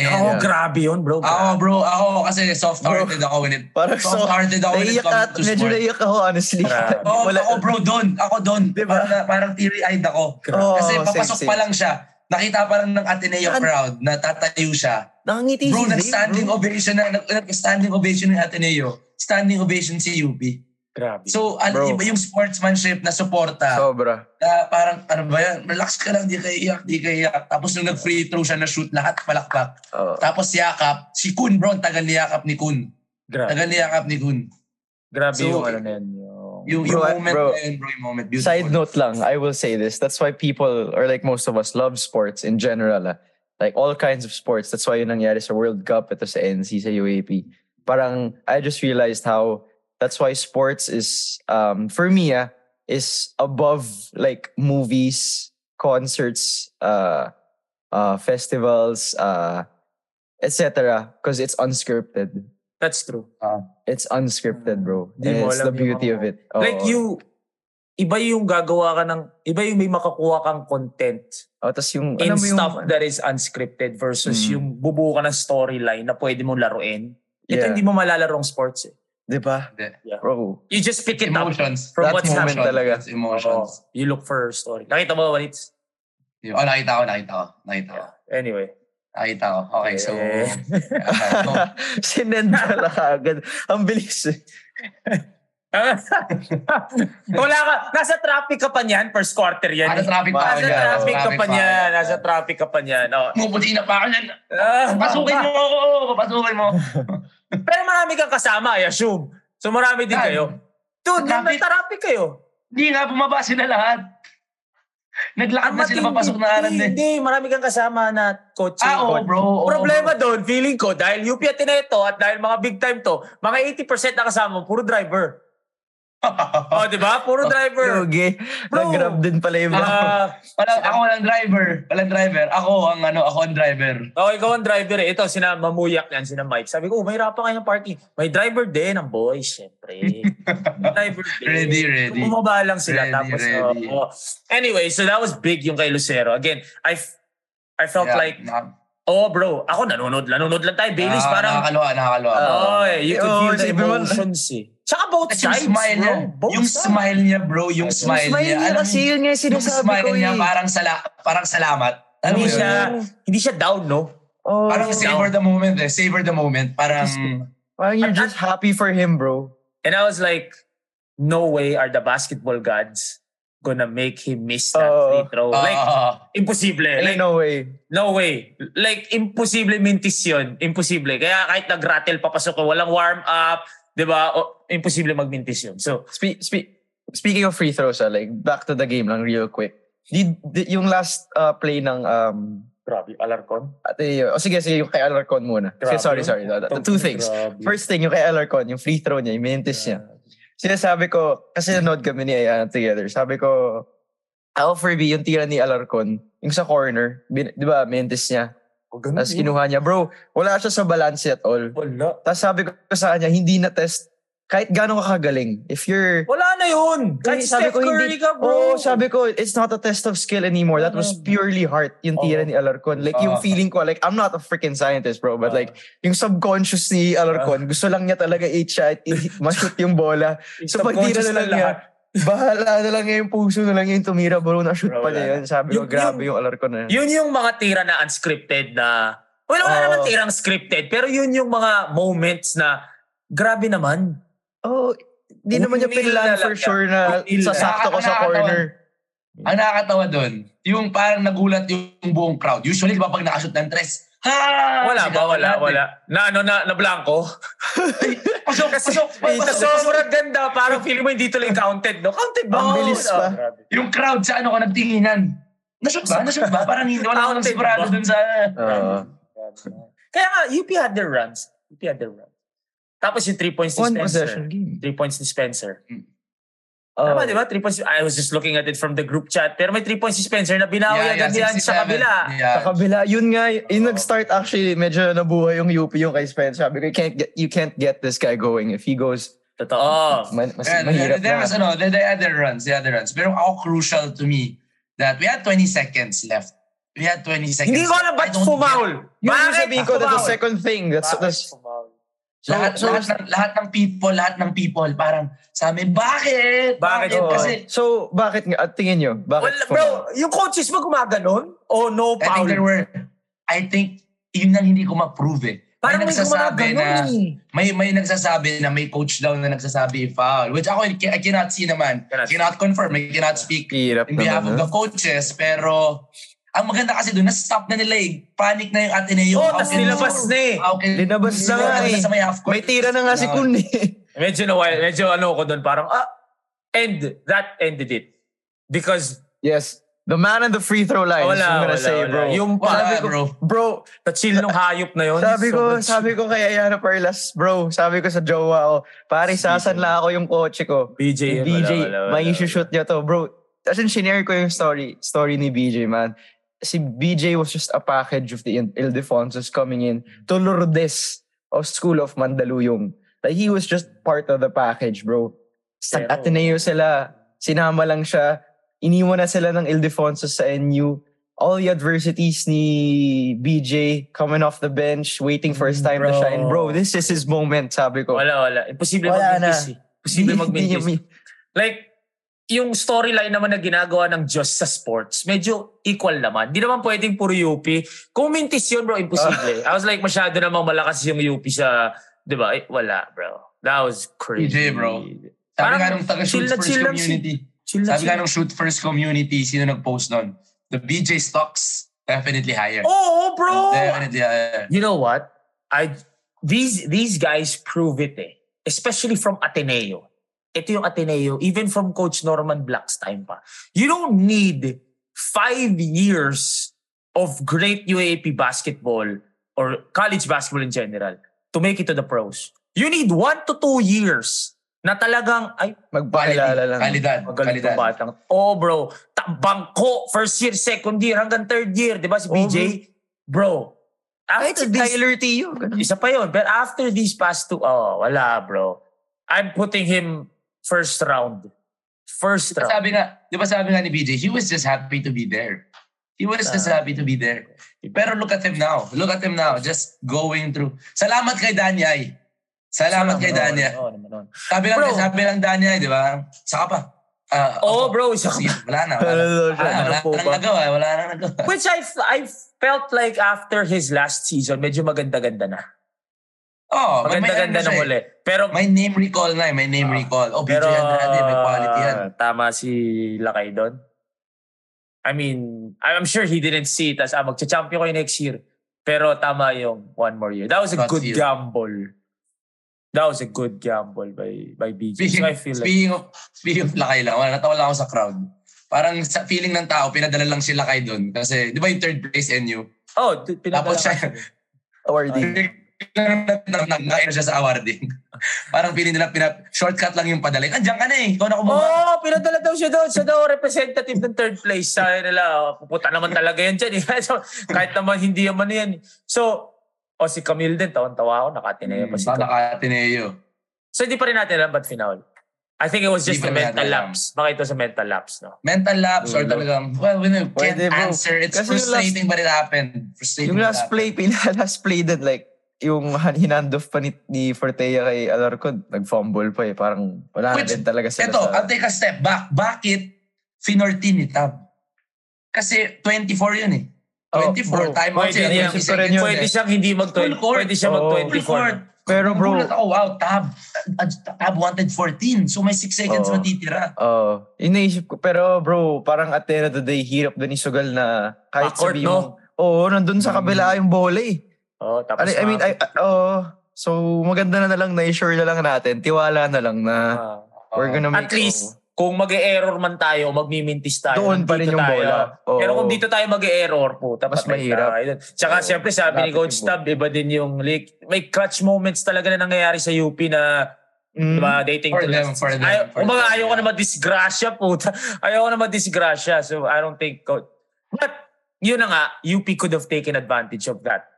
And, Yeah. grabe yun, bro. ako Ah, oh, bro, ako kasi soft-hearted ako when it, Parang so, soft-hearted ako when it naiyak at comes to medyo sport. naiyak ako, honestly. Grabe. Oo, Wala- ako Oh, bro, doon. Ako doon. Diba? Parang, parang teary-eyed ako. Oo, Kasi same, papasok Oh, same. pa lang siya. Nakita pa lang ng Ateneo Saan? crowd na tatayo siya. Nakangiti si Bro, Zane, nag-standing bro. ovation na, nag- nag-standing ovation ng Ateneo. Standing ovation si UP. Grabe. So, ano Bro. iba yung sportsmanship na suporta. Sobra. na parang, ano ba yan? Relax ka lang, di ka iyak, di ka iyak. Tapos nung nag-free throw siya na-shoot lahat, palakpak. Oo. Tapos yakap, si Kun bro, ang tagal niyakap ni Kun. grabe. Tagal niyakap ni Kun. Grabe So, yung ano na yun. Yung, Yung, Bro, yung I- moment bro. na yun, bro, yung moment. Beautiful. Side note lang, I will say this. That's why people, or like most of us, love sports in general. ah. Like all kinds of sports. That's why yun nangyari sa World Cup, ito sa NC, sa UAP. Parang, I just realized how, that's why sports is, um, for me, ah, is above like movies, concerts, uh, uh, festivals, uh, etc. Because it's unscripted. that's true. It's unscripted, bro. Di And Mm. mo it's alam the yung beauty of mga- it. Like Oo. you, iba yung gagawa ka ng, iba yung may makakuha kang content Oh, tas yung, in alam mo yung- stuff that is unscripted versus Mm. yung bubuo ka ng storyline na pwede mong laruin. Ito Yeah. hindi mo malalarong sports eh. Diba? Hindi. Bro, You just pick it up. Emotions. From that what's moment happening. talaga. Oh. It's emotions. Oo. you look for story. Nakita mo, Walitz? Yun. Oh, nakita ko, nakita ko. Nakita ko. Anyway. Nakita Ah, ko. Okay, so... Eh. Yeah, so, Sinend ka lang agad. Ang bilis. eh. Wala ka. Nasa traffic ka pa niyan. First quarter yan. Nasa eh. traffic pa ako Nasa niyan. traffic ka pa ako niyan. Nasa traffic ka pa niyan. Oo. Pumuputi na pa ako niyan. Ah, Pasukin mo ako. Pasukin mo. Pero marami kang kasama, I assume. So marami din Saan? kayo. Dude, Sa nasa traffic kayo. Hindi nga, bumaba sila lahat. Naglakad na sila Matindi. papasok na aran Hindi, din. Hindi, marami kang kasama na coaching. Ah, oo, coach. bro. oo, Problema doon, feeling ko, dahil UP at Tineto at dahil mga big time to, mga 80% na kasama mo, puro driver. bro. Oh, di ba? Puro Ah, driver. Yogi. Bro. Nag-grab din pala yung Ah, Walang, ako walang driver. Walang driver. Ako ang ano, ako ang driver. oh, ikaw ang driver eh. Ito, sina mamuyak yan, sina Mike. Sabi ko, oh, may rapa kayong parking. May driver din ang boys, syempre. May driver din. Ready, ready. Bumaba lang sila. Ready, tapos, ready. oh, oh. Anyway, so that was big yung kay Lucero. Again, I, f- I felt Yeah, like, na- oh bro, ako nanonood, nanonood lang tayo. Baileys, ah, parang, Nakakaloa, nakakaloa. Oh, eh, you could Oh, feel the isipin mo- emotions eh. Tsaka both At yung sides, smile niya, bro. Both yung sides. smile niya, bro, yung smile, niya. Alam mo, yun nga yung eh. yung smile niya parang sala, parang salamat. eh. Alam mo Hindi yun? siya, hindi siya down, no? Oh, Parang si- savor the moment eh. Savor the moment. Parang, parang you're just happy for him, bro. And I was like, no way are the basketball gods gonna make him miss that Oh. free throw. ah, like, imposible. Like, Ain't no. no way. way. Like, imposible mintis yun. Imposible. Kaya kahit nag-rattle, papasok ko, walang warm-up, di ba? O, imposible magmintis yun. So, Spe- spe- speaking of free throws, ah, like back to the game lang real quick. Di, di- yung last uh, play ng um, grabe, Alarcon. Ate, o sige, sige, yung kay Alarcon muna. Sige, Grabe sorry, yun. sorry. The, the two things. Grabe. First thing, yung kay Alarcon, yung free throw niya, yung mintis niya. sinasabi ko, kasi nanood kami ni Ayan together, sabi ko, ako for B, yung tira ni Alarcon, yung sa corner, bin, di ba, mentes niya. Oh, ganun Tapos yun. kinuha niya, bro, wala siya sa balance at all. Wala. Tapos sabi ko sa kanya, hindi na test, kahit gano'ng kakagaling, if you're... Wala na yun. Kahit Steph Curry ka, bro. Oh, sabi ko, it's not a test of skill anymore. That was purely heart, yung tira Oo. ni Alarcon. Like, yung Oo. feeling ko, like, I'm not a freaking scientist, bro, Oo. but like, yung subconscious ni Alarcon, gusto lang niya talaga i-chat, i-shoot yung bola. So, pag tira na lang niya, Bahala na lang niya yung puso na lang niya yung tumira. Bro, na-shoot Bro, pa niya wala yun. Sabi ko, Yung- grabe yung- yung alarm ko na yun. Yun yung mga tira na unscripted na, well, wala Oo. naman tirang scripted, pero yun yung mga moments na, grabe naman. Oh, di naman niya Unil na pinlan lang for yan. sure na Unil na. sasakto ko sa Nakakatawa. corner. Ang nakakatawa doon, yung parang nagulat yung buong crowd. Usually, di ba pag nakashoot ng tres, ha! Wala ba? Sigawan Wala, natin. wala. Na ano, na, na blanco. Pasok, pasok, pasok, Sa pasok, pasok. sobrang ganda, parang feeling mo hindi tuloy counted, no? Counted ba? Ang Oo, bilis no. pa. Grabe. Yung crowd sa ano ko nagtinginan. Nashoot ba? Nashoot ba? Parang hindi. Wala akong Counted sigurado ba? doon sa... Oo. Grabe. Kaya nga, UP had their runs. UP had their runs. Tapos yung three points ni one possession Spencer. game. Three points ni Spencer. Oh. Tama, di ba? Three points. I was just looking at it from the group chat. Pero may three points si Spencer na binawi agad yan sa 67. kabila. Yeah. Sa kabila, yun nga, yung Oo. nag-start actually, medyo nabuhay yung UP yung kay Spence. Sabi ko, you can't get, you can't get this guy going. If he goes, Totoo. man, mas And, mahirap there na. was ano, the, the other runs, the other runs. Pero ako crucial to me that we had 20 seconds left. We had 20 seconds. Hindi ko alam left. I ba't don't fumaul. Yun yung Bakit sabihin ko, that's the fumaul? second thing. That's, Bakit that's, fumaul? So, lahat, So- lahat, ng, lahat ng people, lahat ng people, parang sa amin, bakit? Bakit? Oo. Kasi, so, bakit nga? At tingin nyo, bakit? Wala, for- bro, yung coaches ba gumaganon? O no I think foul? there were, I think, yun ang hindi ko ma-prove eh. Parang may nagsasabi gumaganon na- eh. may may nagsasabi na may coach daw na nagsasabi foul. Which ako, I ca- I cannot see naman. Cannot see. Cannot confirm. I cannot speak Hirap in behalf of naman. the no? coaches. Pero, ang maganda kasi doon, na-stop na nila eh. Panic na yung Ateneo. Oh, How tas can you nilabas score? na eh. How can Linabas na nga Nilabas eh. sa may half court. May tira na nga si No. Kun eh. Medyo na wild. Medyo ano ko doon. Parang, ah, end. That ended it. Because, Yes. The man on the free throw line. wala, is what I'm wala, gonna say, wala. bro. Yung Wala, pa, bro. bro, chill nung hayop na yun. sabi ko, Sobrang chill. sabi ko kay Ayana Perlas, bro, sabi ko sa jowa ko, pare, sasanla ako yung kotse ko. BJ, yun, Yung BJ, wala, wala, may wala, issue shoot niya to, bro. As in, shinare ko yung story, story ni BJ, man. Si BJ was just a package of the Il- Ildefonsos coming in to Lourdes of School of Mandaluyong. Like, he was just part of the package, bro. Sa Pero- Ateneo sila, sinama lang siya, iniwan na sila ng Ildefonsos sa NU. All the adversities ni BJ coming off the bench, waiting for his time to Bro. shine. Bro, this is his moment, sabi ko. Wala, wala. Imposible Wala magmintis eh. na. Imposible Hindi- hindi magmintis. niya- Like, yung storyline naman na ginagawa ng Diyos sa sports, medyo equal naman. Di naman pwedeng puro UP. Kung mintis yun, bro, imposible. Ah. I was like, masyado namang malakas yung UP sa, di ba? Eh, wala, bro. That was crazy. PJ, bro. Sabi Parang nga nung taga chill na Shoot First chill lang si- Community. Chill na Sabi nga chill. nung Shoot First Community, sino nag-post nun? The BJ stocks, definitely higher. Oo, oh, bro! Definitely higher. You know what? I these these guys prove it eh. Especially from Ateneo. Ito yung Ateneo, even from Coach Norman Black's time pa. You don't need five years of great UAP basketball or college basketball in general to make it to the pros. You need one to two years na talagang, ay, Magpakilala lang. Kalidad. magaling Kalidad. tong batang. Oh, bro. Tabang ko, first year, second year, hanggang third year. Di ba si Oh, BJ? Bro, Kahit after si this Tyler Teo. ganun. isa pa yun. But after these past two, oh, wala bro. I'm putting him first round. First Di ba round. sabi nga, di ba sabi nga ni BJ, he was just happy to be there. He was just Ah. happy to be there. Pero look at him now. Look at him now. Just going through. Salamat kay Danyay. Salamat kay Danyay. Oo, Ano naman, oo. Sabi lang, Bro. sabi lang Danyay, di ba? Saka pa. Ah, Oo, Oh, ako. bro. Isa Sige, ka. Wala na. Wala na. Ano Wala na. Wala Ano po na nang ba? nagawa. Wala na nang nagawa. Which I, f- I felt like after his last season, medyo maganda-ganda na. Oo, may- may ano Maganda-ganda siya na eh. muli. Pero, May name recall na eh. May Ah, name recall. Oh, BJ pero ah, Andrade, may quality yan. tama si Lakay doon. I mean, I'm sure he didn't see it as, ah, magcha-champion kayo next year. Pero tama yung one more year. That was a God's good year. gamble. That was a good gamble by by BJ. Speaking, so I feel like, speaking of, speaking of lakay lang, wala, natawa lang ako sa crowd. Parang sa feeling ng tao, pinadala lang si Lakay doon. Kasi, di ba yung third place NU? oh, d- pinadala Tapos siya, ka. Awardee. nag-air siya sa awarding. Parang feeling nila, pinap, shortcut lang yung padala. Andiyan ka na eh, ikaw na kumuha. Oh, pinadala daw siya doon. Siya daw representative ng third place. Sabi nila, oh, pupunta naman talaga yan dyan. eh. so, kahit naman hindi naman yan. So, o si Camille din, tawan-tawa ako, nakatinaya pa si Sa Camille. naka-Ateneo. So hindi pa rin natin alam ba't final. I think it was just a Hindi pa rin mental natin alam. lapse. Baka it was a mental lapse, no? Mental lapse or Dulo. talagang, well, we can't Pwede, bro. answer. It's Kasi yung frustrating but it happened. Frustrating Yung but it last play, pila last play din, like, yung han- hinandoff pa ni, ni Fortea kay Alarcon, nag-fumble pa eh. Parang wala Which- na din talaga sila Ito, sa... I'll take a step back. Bakit finorti ni Tab? Kasi 24 yun eh. Oh, 24, bro. time out Pwede siya. yan. 20 Isip ko rin yun seconds Pwede eh. siyang hindi mag Full court. Pwede siya mag Oo. 24. Full court. Pero bro, Nagulat ako, wow, Tab. uh, uh, Tab wanted 14. So may 6 seconds Oo. matitira. oh, yun naisip ko. Pero bro, parang at the end of the day, hirap dun isugal na kahit Backward, sabi no? mo, oo, nandun sa kabila yung bola eh. Oh, tapos I, I mean, I, I- oo. so, maganda na na lang, na-sure na lang natin. Tiwala na lang na Ah. we're Oh, gonna make... at least, kung mag-error man tayo o magmimintis tayo, oh. Doon pa rin nandito yung tayo. bola. Oo. Pero kung dito tayo mag-error, puta, Mas patay mahirap. tayo. Tsaka Oo. siyempre sabi ni Lapit Coach yung Tab, iba din yung like, may clutch moments talaga na nangyayari sa UP na Mm. Diba, dating Hmm. For to them, last for season. them, Ayaw, for kumbaga, them, ayaw ko yeah. na madisgrasya, puta. Ayaw ko na madisgrasya. So, I don't think... Coach. But, yun na nga, UP could have taken advantage of that.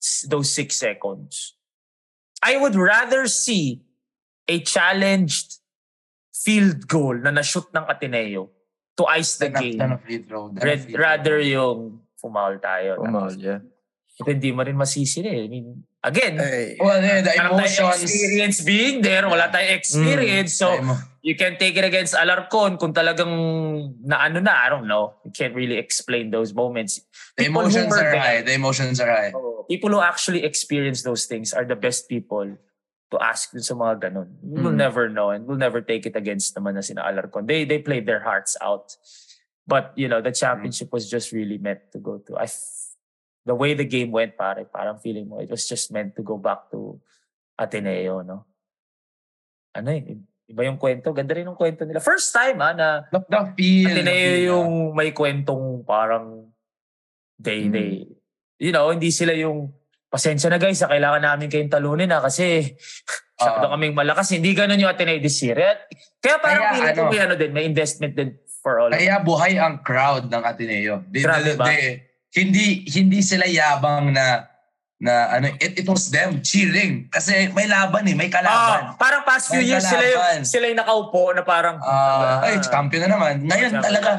s- Those six seconds. I would rather see a challenged field goal na nashoot ng Ateneo to ice the game. Then a free throw. then a Red, free throw. rather yung fumaul tayo. Umahol, yeah. Tapos, hindi mo rin masisira eh. I mean, again, Ay. Well, yeah, the Parang tayong Eh, emotions. experience being there, wala tayong experience. So, the emo- you can take it against Alarcon kung talagang na ano na, I don't know. You can't really explain those moments. the People who emotions were Oh. are there. high. The emotions are high. People who actually experience those things are the best people to ask dun sa mga ganun. We'll Mm. never know and we'll never take it against naman na sina Alarcon. They, they played their hearts out. But, you know, the championship was just really meant to go to. I f- the way the game went, pare, parang feeling mo, it was just meant to go back to Ateneo, no? Ano eh, iba yung kwento. Ganda rin yung kwento nila. First time, ah, na The, the feel. the Ateneo feel, yung may kwentong parang day Mm. day. You know, hindi sila yung pasensya na guys, ah, kailangan namin kayong talunin na kasi masyado Ah. kaming malakas. Hindi ganun yung Ateneo this year. At- Kaya parang Kaya feeling ko ano- may ano din, may investment din for all of us. Kaya buhay ang crowd ng Ateneo. They, Grabe they, ba? they- hindi hindi sila yabang na na ano it, it was them cheering kasi may laban eh may Ah, kalaban parang past few May years sila yung, kalaban. sila yung nakaupo na parang Ah, ay champion na naman ngayon Champion. talaga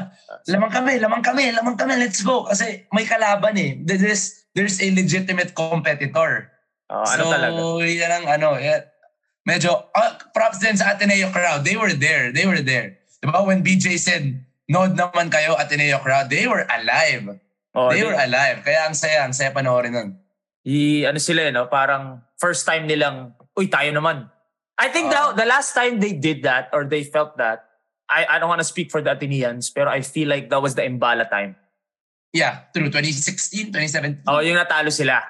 lamang kami lamang kami lamang kami let's go kasi may kalaban eh there's there's a legitimate competitor Ah, ano so, talaga. yan ang ano, eh, medyo, ah, props din sa Ateneo crowd. They were there. They were there. Diba when BJ said, nod naman kayo Ateneo crowd, they were alive. Oh, they di- were alive. Kaya ang saya, ang saya panoorin nun. i ano sila eh, no? parang first time nilang, uy, tayo naman. I think Ah. the, the last time they did that or they felt that, I, I don't want to speak for the Athenians, pero I feel like that was the Imbala time. Yeah, through 2016, 2017. Oh, yung natalo sila.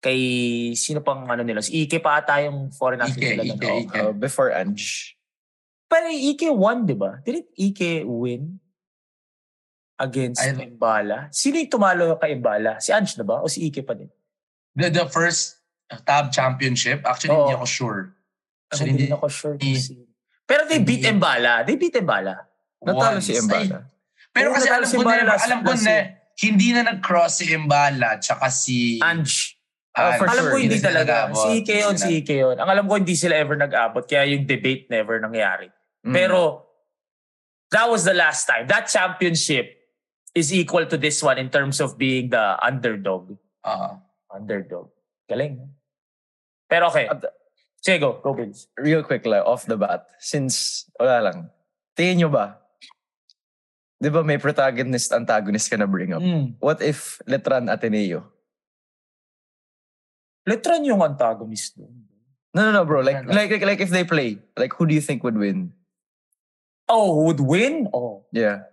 Kay, sino pang ano nila? Si Ike pa ata yung foreign Ike, athlete nila. Ike, no? Ike. Uh, before Ange. Pero Ike won, di ba? Didn't Ike win against I don't- Imbala? Sino yung tumalo kay Imbala? Si Ange na ba? O si Ike pa din? The, the first uh, TAB championship, actually, Oo. hindi ako sure. Ako Actually, hindi hindi. na ako sure. kung eh, sino. Pero they beat hindi. Imbala. They beat Imbala. Natalo Once. si Ay, Embala. pero Oo, kasi natalo alam si ko Imbala na, last- alam ko last na, year. hindi na nag-cross si Imbala tsaka si... Ange. Ah, for alam sure, ko oh, hindi, hindi talaga. nag-abot. Si Ike yun, si Ike yun. Ang alam ko hindi sila ever nag-abot. Kaya yung debate never nangyari. Mm. Pero that was the last time. That championship is equal to this one in terms of being the underdog. Ah. Underdog. Galing. no? Pero okay. At- Sige, go. Go, Bills. real quick lang, off the bat, since, wala lang, tingin nyo ba, di ba may protagonist, antagonist ka na bring up? Hmm. What if Letran Ateneo? Letran yung antagonist doon. No, no, no, bro. Like, Ano? like, like, like if they play, like, who do you think would win? Oh, who would win? Oh. Yeah.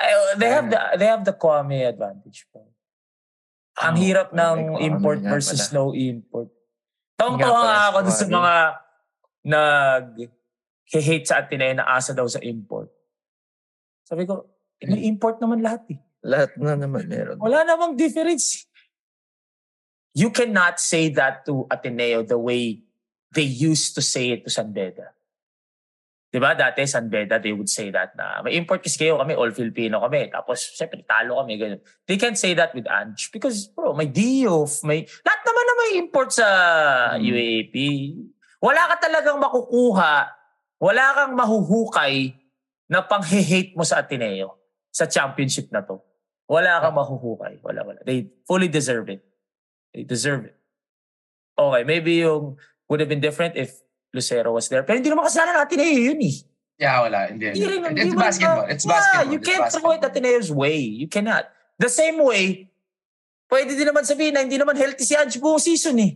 Ay, oh, they have the Yeah. they have the Kwame advantage. bro. Ang Oh, hirap oh my ng God, import nga versus no pala. import. Nga Tawang-tawa pala nga si ako dun sa Kwame. mga nag hate sa atin na asa daw sa import. Sabi ko, Hmm. may import naman lahat eh. Lahat na naman meron. Wala namang difference. You cannot say that to Ateneo the way they used to say it to San Beda. Diba dati San Beda, they would say that na may import kasi kayo kami, all Filipino kami. Tapos syempre talo kami, ganyan. They can't say that with Ange because bro, may Diof, may... Lahat naman na may import sa Mm. UAP. Wala ka talagang makukuha, wala kang mahuhukay na pang-hate mo sa Ateneo sa championship na to. Wala kang mahuhukay. Wala, wala. They fully deserve it. They deserve it. Okay, maybe yung would have been different if Lucero was there. Pero hindi naman kasalanan ng Ateneo yun eh. Yeah, wala. Hindi. Hindi rin. It- hindi It's mo rin basketball. ba- It's Yeah, basketball. you It's can't throw it basketball. Ateneo's way. You cannot. The same way, pwede din naman sabihin na hindi naman healthy si Ange buong season eh.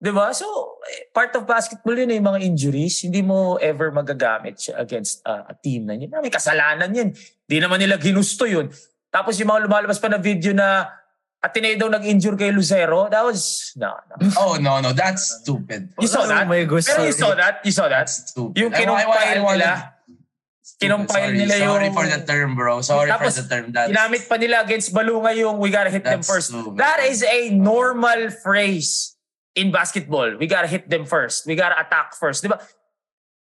'Di ba? So, eh, part of basketball yun eh, yung mga injuries. Hindi mo ever magagamit siya against uh, a team na yun. Ah, May kasalanan yun. Hindi naman nila ginusto yun. Tapos yung mga lumalabas pa na video na Ateneo daw nag-injure kay Lucero, that was, no, no. Oh, no, no. That's stupid. You saw that? Wala akong may gusto. Pero you saw that? You saw that? That's stupid. Yung I wa- I wa- I kinumpile wanted- nila, Stupid. kinumpile Sorry. nila yung... Sorry for the term, bro. Sorry Tapos, for the term. That's, Ginamit pa nila against Balunga yung we gotta hit them That's first. true, man. That is a normal phrase in basketball. We gotta hit them first. We gotta attack first. Di ba?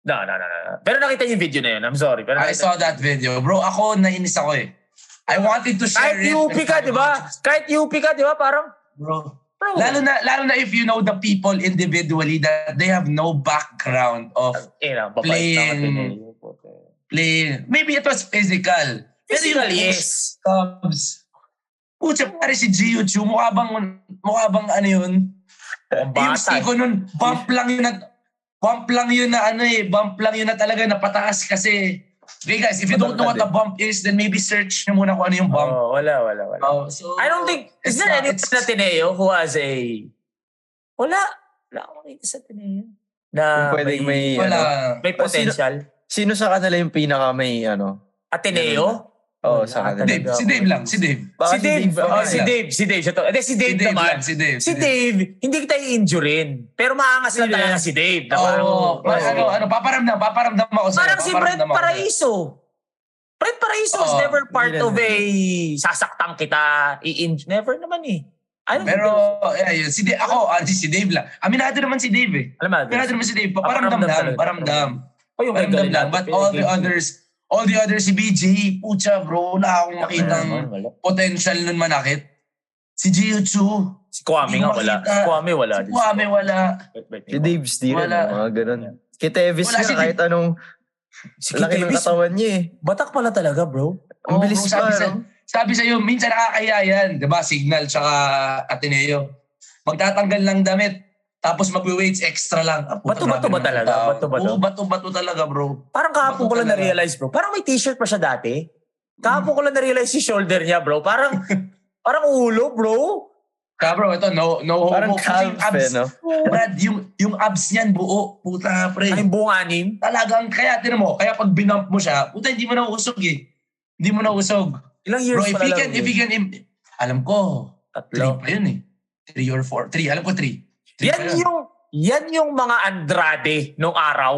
No, no, no, no. no. Pero nakita niyo yung video na yun. I'm sorry. Pero I nakita saw niyo. that video. Bro, ako, nainis ako eh. I wanted to share Kahit it. UP ka, di ba? Oh. Kahit UP ka, di ba? Parang, Bro. bro. Lalo na, lalo na if you know the people individually that they have no background of Eh, na, babae na Playing- ako, tinay. play. Maybe it was physical. Physical, Pero yung yes. Cubs. Putya, pare si Gio Chu. Mukha bang, mukha bang ano yun? Ang Eh, yung bata. stay ko nun, bump lang yun na, bump lang yun na ano eh, bump lang yun na talaga na pataas kasi, okay guys, if you don't know what a bump is, then maybe search nyo muna kung ano yung bump. Oh, wala, wala, wala. Oh, so, I don't think, is it's there not- any it's- na Tineo who has a, wala, wala akong nakita sa Tineo. Na Kung pwedeng may, Wala. ano, may Oh, sino- potential. sino sa kanila yung pinaka may, ano? Ateneo? Wala Oo, sa kanila. Dave, si Dave lang, si Dave. Si Baka Dave, baka oh, lang. si Dave, si Dave. siya to. Eh, si Si Dave Dave naman. lang, si Dave. Si Dave, hindi kita i-injurein. Pero maangas lang Yes. talaga si Dave. na parang- Oo, Oo. mas ano, ano, paparamdam, paparamdam ako sa'yo. Parang si Brent paparamdam ako. Paraiso. Brent Paraiso was Oo, never part hindi of a sasaktan kita, i-inj... Never naman eh. I don't Pero, think- eh, yun, si Dave, ako, ah, si Dave lang. Aminado naman si Dave eh. alam mo, Aminado naman si Dave, paparamdam Paparamdam lang, talaga. paramdam. Oh, yung Paramdam gagaling lang. natin, But pero all the game- others, all the others, si BJ, pucha bro, wala akong makitang Wala, wala. potential nun manakit. Si Gio Chu, Si Kwame Hindi nga ko wala. makita. Si Kwame wala. si din. Kwame, wala. Wait, wait, Si Dave Steele, Wala. mga ganun. Kay Tevis Wala nga, si Dave. kahit anong Si laki ng Kitevis, katawan niya eh. batak pala talaga bro. Ang Oo, bilis bro, pa, sabi sa, no? sabi sa'yo, minsan nakakahiya yan. Diba? Signal tsaka Ateneo. Magtatanggal ng damit. Tapos mag-weights extra lang. Ah, puta, Bato-bato ba grabe naman talaga? tao. Bato-bato? Oo, bato-bato talaga, bro. Parang kahapon ko lang Bato talaga. na-realize bro. Parang may t-shirt pa siya dati. Kahapon ko lang na-realize si shoulder niya bro. Parang, parang ulo bro. Kaya bro, ito, no, no homo. Parang Kasi calf yung abs, eh, no? Brad, yung, yung abs niyan buo. Puta, pre. Anong Ano buong anim. Talagang, kaya, tinan mo, kaya pag binump mo siya, puta, hindi mo na usog eh. Hindi mo na usog. Ilang years Bro, if pala he lang can, yun. if he can, im- alam ko, Tatlo. three pa yun eh. Three or four. Three, alam ko three. Three Yan pa yun. yung yan yung mga Andrade nung araw.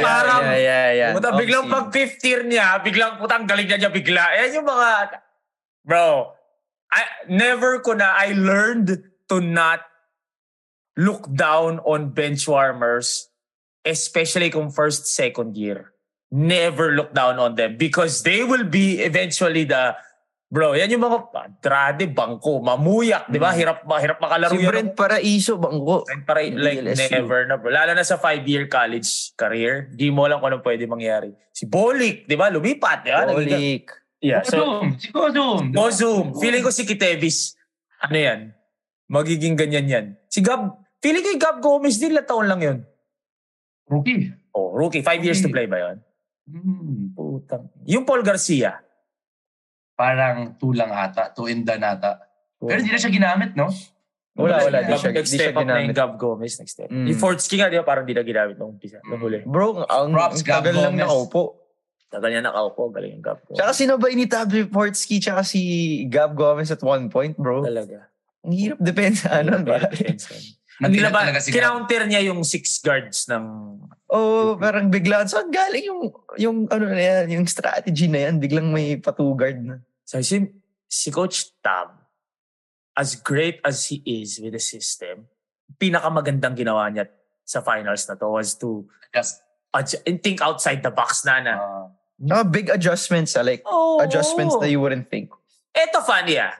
Oh, parang yeah, yeah, yeah. puta, biglang Obviously. pag 50 year niya, biglang putang galing niya niya bigla. Ayan yung mga bro. I never ko na I learned to not look down on bench warmers especially kung first second year. Never look down on them because they will be eventually the bro. Yan yung mga Andrade, Bangko, Mamuyak, 'di ba? Mm. Hirap hirap makalaro Si yan. Brent Paraiso, bangko. And para like LSU. never na bro. Lalo na sa five-year college career, di mo alam kung anong pwede mangyari. Si Bolik, di ba? Lumipat, di ba? Naging- Holik. Yeah, so, Kodum, si Kodum. Bozum, feeling ko si Kitevis, ano yan? Magiging ganyan yan. Si Gab, feeling ko yung Gab Gomez din, ilang taon lang yun. Rookie. Oh, rookie. Five years to play ba yun? Hmm, Putang. Yung Paul Garcia. parang two lang ata, two in the nata. Oh. Pero hindi na siya ginamit, no? Wala, wala. Di Gab- siya, di siya Nag-step up na yung ginamit. Gab Gomez. Nag-step. Mm. Yung Fortski nga, di ba? Parang di na ginamit nung umpisa. Nung huli. Bro, ang, ang Props, Gab tagal lang Gomez. nakaupo. Tagal niya nakaupo. Galing yung Gab Gomez. Tsaka sino ba initab ni Portsky tsaka si Gab Gomez at one point, bro? Talaga. Ang hirap depensa nun ba? Hindi na ba, Talaga si Gab. kinounter niya yung six guards ng... Oo, oh, parang biglaan. Saan galing yung, yung ano na yan, yung strategy na yan? Biglang may patugard na. So si, si Coach Tab, as great as he is with the system, pinakamagandang ginawa niya sa finals na to was to Just, adj- and think outside the box na na. uh, Tsaka big adjustments, ah, like Oh, adjustments that you wouldn't think. Eto, funny ah.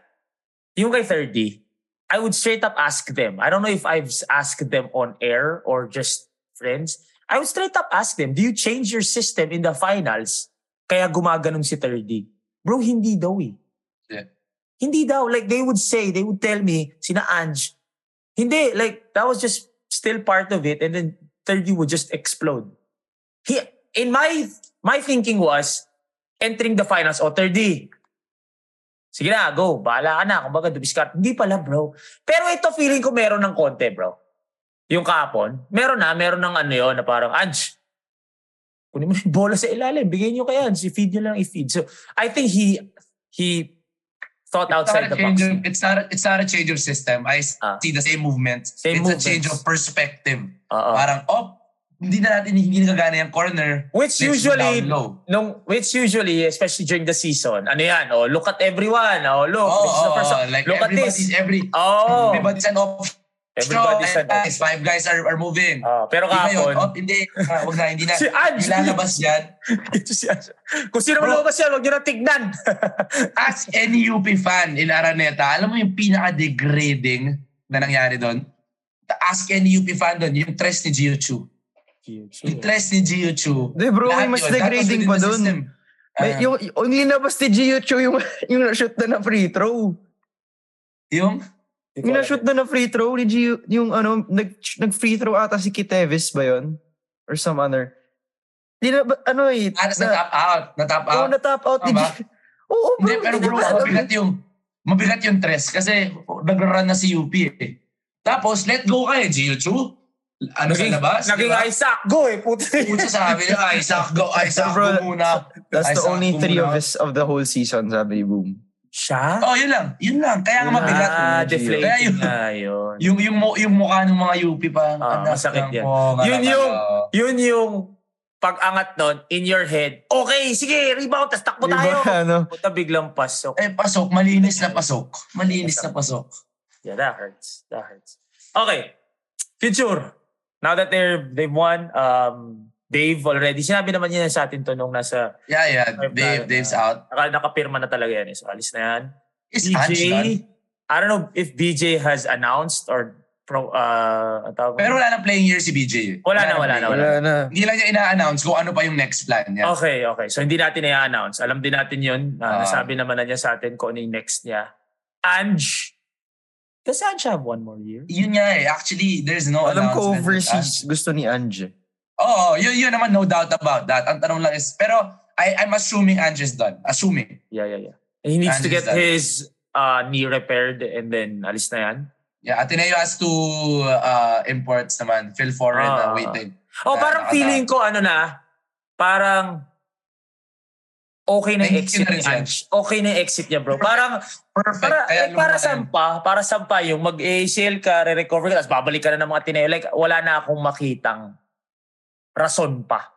Yung kay 30, I would straight up ask them. I don't know if I've asked them on air or just friends. I would straight up ask them, do you change your system in the finals kaya gumaganon si 30? Bro, hindi daw eh. Yeah. Hindi daw. Like, they would say, they would tell me, sina Ange, hindi, like, that was just still part of it and then 30 would just explode. He, in my, my thinking was, entering the finals, oh, 30, Sige na, go. Bahala ka na. Kumbaga, dumiskart. Hindi pala, bro. Pero ito, feeling ko meron ng konti, bro. Yung kahapon, meron na, meron ng ano yun, na parang, Ange, kunin mo na yung bola sa ilalim. Bigyan nyo kaya. Si feed nyo lang i-feed. So, I think he, he thought outside outside the change box. Of, it's, not a, it's not a change of system. I s- Ah. see the same movements. Same it's movements. a change of perspective. Oo. Parang, oh, hindi na natin, hindi nagagana yung corner. Which Let's go usually, down low. nung, which usually, especially during the season, ano yan, oh, look at everyone, oh, look, Oh, this is the oh, first, oh, like look at everybody's, this. every, Oh, everybody's an option. everybody's Five an guys, five guys are, are moving. Ah, pero Hindi ngayon, kahapon, oh, hindi, ah, wag na, hindi na. si Ange, Ilalabas yan. Ito si Asha. Kung sino Bro. lumabas yan, huwag nyo na tignan. as any UP fan in Araneta, alam mo yung pinaka-degrading na nangyari doon? Ask any UP fan doon, yung tres ni Gio Chu. Hmm. Yung tres ni Gio Chu. Di bro, may Lahat mas yun, dapat degrading within pa the doon. system. May- Ah, yung, yung linabas ni Gio Chu yung, yung na-shoot na na free throw. yung, Yung na-shoot na na free throw ni Gio, yung ano, nag, nag-free throw ata si Kitevis ba yun? Or some other. Linaba, ano eh. Aras na top ah, out. Na top Oo, out. na-top out ni Tama? Gio. Oo, bro. Hindi, pero bro, linabas- mabigat yung, mabigat yung tres kasi nagra-run na si UP eh. Tapos, let go ka eh, Gio Chu. Ano sa Naging, labas? naging diba? Isaac go eh, puti. Puta sabi niya, Isaac, go, Isaac, Bro, go muna. That's the Isaac, only go three of muna. this of the whole season, sabi ni Boom. Siya? Oh, yun lang. Yun lang. Kaya nga Yun mabigat. Ah, eh, Gio. Kaya deflating yun. na yun. Yung, yung, mu- yung mukha ng mga UP pa. Ah, anak masakit lang yan. po, Yun anak yung- lang. Yun yung pag-angat nun, in your head, okay, sige, rebound, tas takbo Di ba, tayo. ano? Puta, biglang pasok. Eh, pasok. Malinis na pasok. Malinis na pasok. Yeah, that hurts. That hurts. Okay. Future. Now that they're, they've won, um, Dave already, sinabi naman niya sa atin to nung nasa, Yeah, yeah. Five Dave, na- Dave's out. naka- nakapirma na talaga yan. eh. So, alis na yan. Is Ange done? BJ, I don't know if BJ has announced or pro, uh, ang tawag mo? Pero wala na playing year si BJ. Wala na, wala na, playing year. Wala na. Hindi lang niya ina-announce kung ano pa yung next plan niya. Okay, okay. So hindi natin i-announce. Alam din natin yun. Ah, Ah. nasabi naman na niya sa atin kung ano yung next niya. Ange. Does Ange have one more year? Yun nga eh. Actually, there's no Alam ko announcement. overseas gusto ni Anje. Oo, oh, yun, yun naman. No doubt about that. Ang tanong lang is, pero I, I'm assuming Ange's done. Assuming. Yeah, yeah, yeah. He needs to Ange get is done. his uh, knee repaired and then alis na yan. Yeah, Ateneo has two uh, imports naman. Phil Foreign Ah. na waiting. Oh, Ah, parang nakata- feeling ko ano na, parang okay na yung Thank you exit na rin ni siya. Ange. Okay na yung exit niya, bro. Perfect. Parang Perfect. Para, Kaya like, para lumalayo. sampa, para sampa yung mag-ACL ka, re-recover ka, tapos babalik ka na ng mga tinayo. Like, wala na akong makitang rason pa.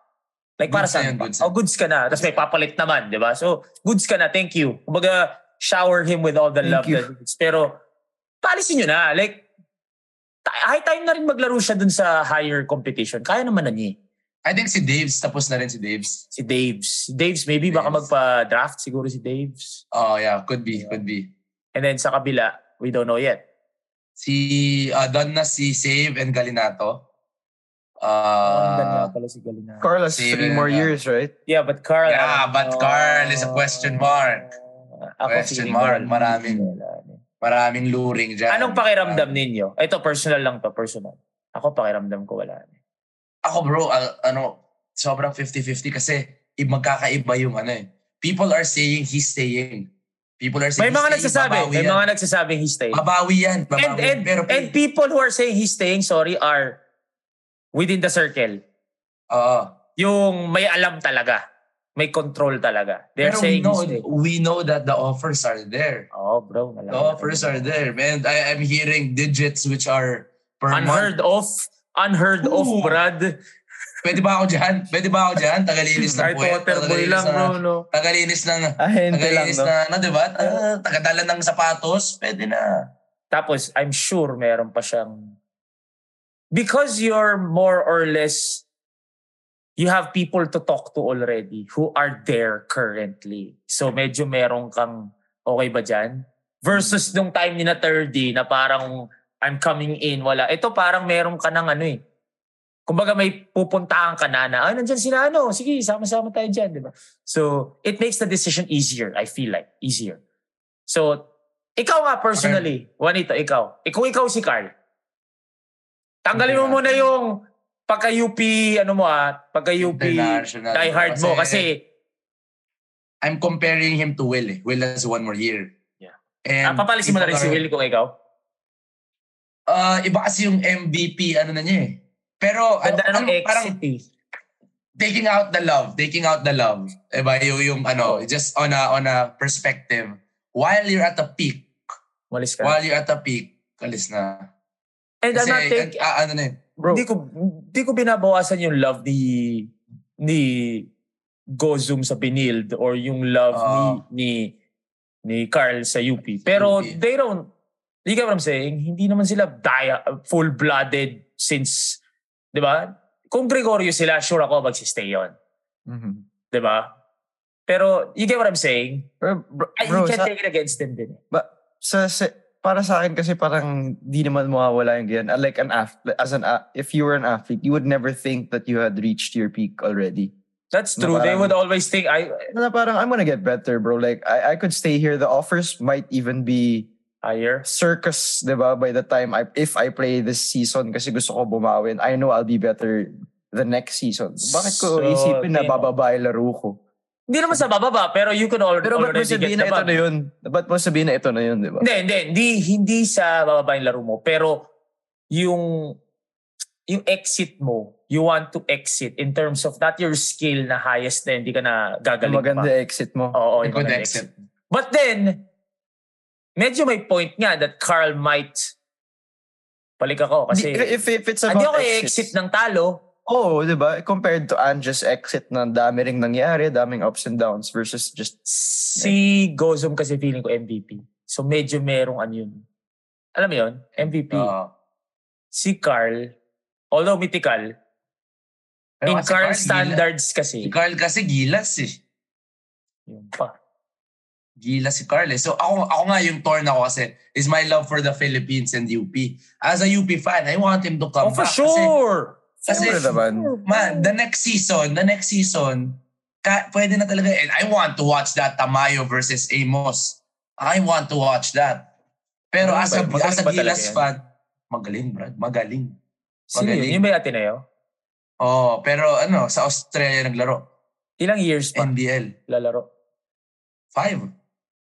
Like, para Goods na saan yun, pa? goods na. Oh, goods ka na. Tapos may papalit naman, di ba? So, goods ka na. Thank you. Kumbaga, shower him with all the Thank love you. that he gets. Pero, paalisin nyo na. Like, ta- high time na rin maglaro siya dun sa higher competition. Kaya naman na niya. eh. I think si Daves, tapos na rin si Daves. Si Daves. Si Daves, maybe baka Daves. magpa-draft siguro si Daves. Oh yeah, could be, could be. And then sa kabila, we don't know yet. Si, uh, done na si Save and Galinato. Pakinggan nga Uh, pala si Galina. Carlos, si- three more yeah. years, right? Yeah, but Carl... Yeah, ano, but Carl is a question mark. Ako Question feeling ko, mark, maraming- wala na. maraming luring dyan. Anong pakiramdam Maraming- ninyo? Ito, personal lang to, personal. Ako, pakiramdam ko wala. na. Ako bro, al- ano, sobrang 50-50 kasi i- magkakaiba yung ano eh. People are saying he's staying. People are May saying mga he's nagsasabi, staying. Babawi may yan. mga nagsasabing he's staying. Babawi yan. Babawi. And, and, Pero, and people who are saying he's staying, sorry, are within the circle. Oo. Yung may alam talaga. May control talaga. They're pero we saying know, he's staying. we know that the offers are there. Oh, bro. wala The na. offers are there. And I am hearing digits which are per month. Unheard of. Unheard of, Ooh. Brad. Pwede ba ako dyan? Pwede ba ako dyan? Tagalinis na Kahit po. eh. water boy Tagalinis lang, na- bro, no? Tagalinis na. Ahente lang, Tagalinis no? na, ano, diba? Ah, Tagadala ng sapatos. Pwede na. Tapos, I'm sure meron pa siyang... Because you're more or less... You have people to talk to already who are there currently. So, medyo meron kang okay ba dyan? Versus nung time ni na 30 na parang I'm coming in, wala. Ito parang meron ka ng ano eh. Kumbaga may pupuntahan ka na na, ah, nandyan sila ano, sige, sama-sama tayo dyan, di ba? So, it makes the decision easier, I feel like, easier. So, ikaw nga personally, Juanito, ikaw. Eh, kung ikaw si Carl, tanggalin mo International. muna yung pagka-UP, ano mo ah, pagka-UP International. diba? diehard mo kasi I'm comparing him to Will. Eh. Will has one more year. Yeah. And ah, papalisin mo na rin si people are- Will kung ikaw. Ah, iba kasi yung MVP, ano na niya eh. Pero Ganda ano, ng ano, parang exit eh. taking out the love, taking out the love. Diba? Yung, yung Oh. ano, just on a, on a perspective. While you're at the peak, Malis ka. while you're at the peak, kalis na. And I'm Kasi, not taking, an- ah, ano na yun. Bro, Hindi ko hindi ko binabawasan yung love ni ni Gozum sa Binild or yung love Oo. ni ni ni Carl sa UP. Pero UP. they don't You get what I'm saying? Hindi naman sila dia, full-blooded since, di ba? Kung Gregorio sila, sure ako magsistay yun. mhm. Di ba? Pero you get what I'm saying? Bro, bro, Ay, you bro, can't sa, take it against them din. eh. ba, sa, sa- para sa akin kasi parang di naman mawawala yung ganyan. Uh, Like an athlete, as an a- if you were an athlete, you would never think that you had reached your peak already. That's Na true. They parang- would always think, I, Na parang I'm gonna get better, bro. Like I, I could stay here. The offers might even be higher. circus, 'di ba? By the time I if I play this season kasi gusto ko bumawin, I know I'll be better the next season. Bakit So, ko isipin na tingin mo- bababa yung laro ko? Hindi naman sa bababa, pero you can already, Pero ba't mo already get sabihin na the ito na bag. yun? Ba't mo sabihin na ito na yun, di ba? Hindi, hindi, hindi, hindi sa bababa yung laro mo. Pero yung yung exit mo, you want to exit in terms of not your skill na highest na hindi ka na Ang gagaling maganda pa. Oh, eh. exit mo. Oo, A yung good maganda exit. But then, medyo may point nga that Carl might balik ako kasi Di- if, if it's hindi about ako exits. exit ng talo. Oo, di ba? Compared to Andrew's exit na dami ring nangyari, daming ups and downs versus just Si Gozom kasi feeling ko MVP. So medyo merong ano yun. Alam mo yun? MVP. Oo. si Carl, although mythical, Pero in kasi Carl gila- standards kasi, Si Carl kasi gilas eh. yun pa. Gila si Carl eh. So ako, ako nga yung torn ako kasi is my love for the Philippines and UP. As a UP fan, I want him to come oh, for back. sure! Kasi, Siyempre kasi naman. man, the next season, the next season, ka, pwede na talaga. And I want to watch that Tamayo versus Amos. I want to watch that. Pero Ano as a, ba? as Magaling a ba talaga Gilas yan? fan, magaling, Brad. Magaling. Sino yun? Magaling. Yung may Ateneo? Oh, pero ano, sa Australia naglaro. Ilang years pa NBL. lalaro? Five.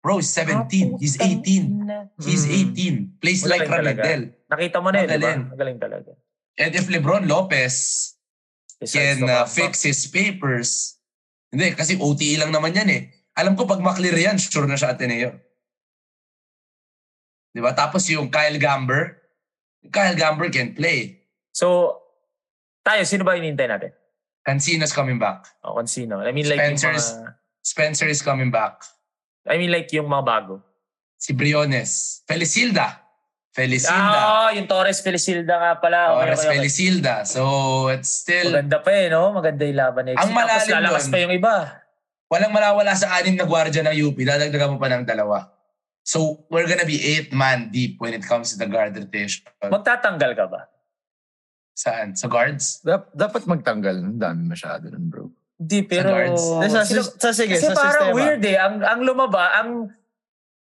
Bro, he's Ah, 17. He's 18. He's Mm. 18. Plays like Magaling talaga. Ramidel. Nakita mo na yun, di ba? Magaling. Magaling talaga. And if Lebron Lopez Besides can the uh, comeback. fix his papers, hindi, kasi OTE lang naman yan eh. Alam ko pag maklear yan, sure na siya Ateneo. Di ba? Tapos yung Kyle Gamber, Kyle Gamber can play. So, tayo, sino ba inintay natin? Cancino's coming back. O, kung sino. I mean, like, Spencer's- yung mga, Spencer is coming back. I mean, like, yung mga bago. Si Briones. Felicilda. Felicilda. Ah, oh, yung Torres Felicilda nga pala. Okay, Oras okay, okay. Felicilda. So, it's still, Maganda pa eh, no? Maganda yung laban na yun. Ang Tapos malalim lalakas nun- pa yung iba. walang malawala sa anim na gwardiya ng UP. Dadagdagan mo pa ng dalawa. So, we're gonna be eight man deep when it comes to the guard rotation. Magtatanggal ka ba? Saan? Sa guards? Dap- dapat magtanggal. Ang dami masyado nun, bro. Hindi, pero... guards. sa, Sino- sis- sa, sige, Kasi sa parang sistema. weird eh. Ang, ang lumaba, ang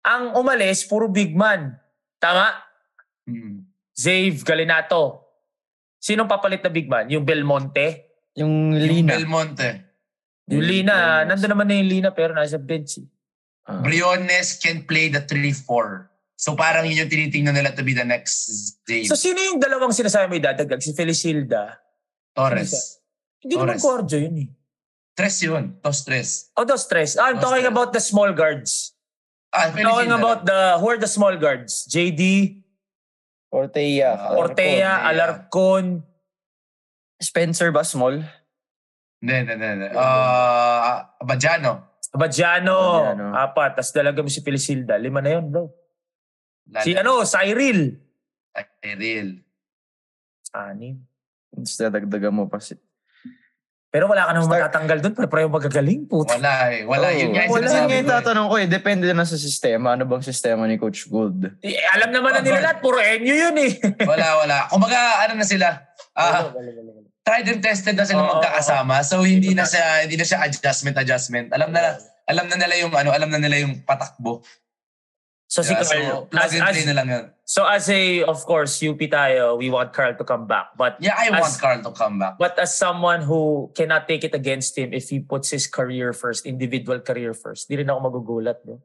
ang umalis, puro big man. Tama? Hmm. Zave Galinato. Sinong papalit na big man? Yung Belmonte? Yung Yung Lina. Belmonte. Yung Lina. Yung- Nandun naman na yung Lina pero nasa bench. eh. Ah. Briones can play the 3-4. So, parang yun yung tinitingnan nila to be the next Zay. So sino yung dalawang sinasabi mo idadagdag? Si Felicilda. Torres. Hindi naman Torres. Corjo yun eh. Tres yun. Tos tres. Although stress. Ah, I'm Dos talking tres. about the small guards. Ah, I'm talking Felicilda. about the, who are the small guards? JD, Ortega. Ah, Ortea, Alarcon. Spencer ba small? Hindi, hindi, hindi, hindi. Ah, Abadiano. Abadiano, Abadiano. apat. Tapos dalaga mo si Felicilda. Lima na yun, bro. Lala. Si ano, Cyril. Tyrell. Anim. Tapos dadagdagan mo pa si... Pero wala ka namang Start- matatanggal doon. Pero pareho magagaling po. Wala eh. Wala. Oh. Yun nga yung Wala sinasabi nga yung ko eh. tatanong ko eh. Depende na sa sistema. Ano bang sistema ni Coach Gould? Eh, alam naman na nila lahat. Puro NU yun eh. wala, wala. Kumbaga, ano na sila, ah, Wala, wala, wala. tried and tested na sila Oo, magkakasama. So, hindi na siya, hindi na siya adjustment, adjustment. Alam na, alam na nila yung, ano, alam na nila yung patakbo. so si Yeah, Carl. so, plug as, and as, play na lang yun. so as a, of course, UP tayo, we want Carl to come back. But Yeah, I as- want Carl to come back. But as someone who cannot take it against him if he puts his career first, individual career first, di rin ako magugulat, bro.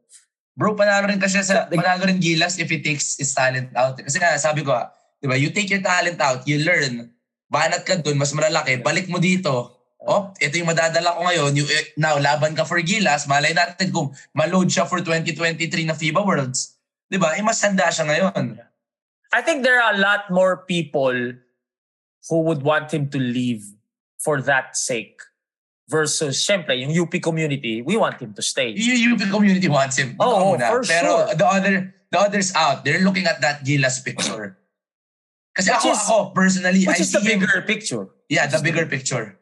Bro, panalo rin kasi sa, panalo rin Gilas if he takes his talent out. Kasi nga, sabi ko, ah, di ba, you take your talent out, you learn, banat ka dun, mas malalaki, balik mo dito. Oh, ito yung madadala ko ngayon. You, eh, now, laban ka for Gilas. Malay natin kung maload siya for 2023 na FIBA Worlds. Di ba? Eh, mas handa siya ngayon. I think there are a lot more people who would want him to leave for that sake versus, syempre, yung UP community, we want him to stay. You, you, the community wants him. Ikaw Oh, muna. for Pero sure. the other, the others out, they're looking at that Gilas picture. Kasi Which ako, is- ako, personally, Which I is the see him- bigger picture. yeah, the bigger picture.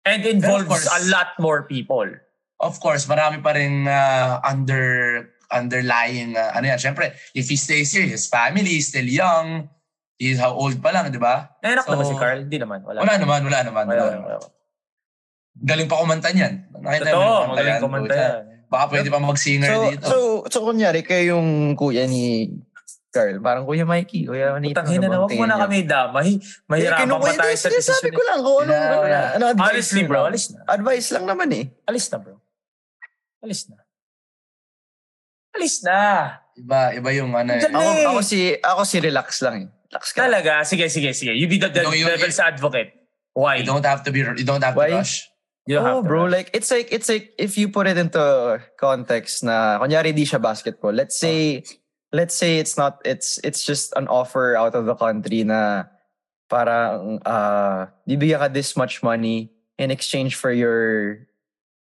And involves course- a lot more people. Of course, marami pa rin ah, uh, under underlying, uh, ano yan, syempre, if he stays here, his family is still young, he's how old pa lang, di ba? Nanganak na ba So, si Carl? Hindi naman. Wala. Wala naman, wala naman. Wala, Wala, wala, naman. wala. Galing pa kumanta niyan. Nakita Totoo, mo, magaling yan, kumanta puta. yan. Baka pwede pa mag-singer So, dito. so, so, kunyari, kayo yung kuya ni Carl. Parang kuya Mikey, kuya ano Manito. Putang hina na, huwag mo na kami damay. Mahirapan pa tayo sa Sabi decision. ko lang kung ano, Yeah, ano, yeah. ano, advice Honestly nyo bro, lang. alis na. Advice lang naman eh. Alis na bro. Alis na. Alis na. Iba, iba yung ano eh. Diyan Ako, Eh. ako si, ako si relax lang eh. Relax ka. lang. Talaga, sige, sige, sige. You be the, the No, you- devil's advocate. Why? You don't have to be, you don't have Why? to rush. You don't oh, have to bro, rush. like it's like it's like if you put it into context na kunyari di siya basketball. Let's say let's say it's not it's it's just an offer out of the country na parang uh bibigyan ka this much money in exchange for your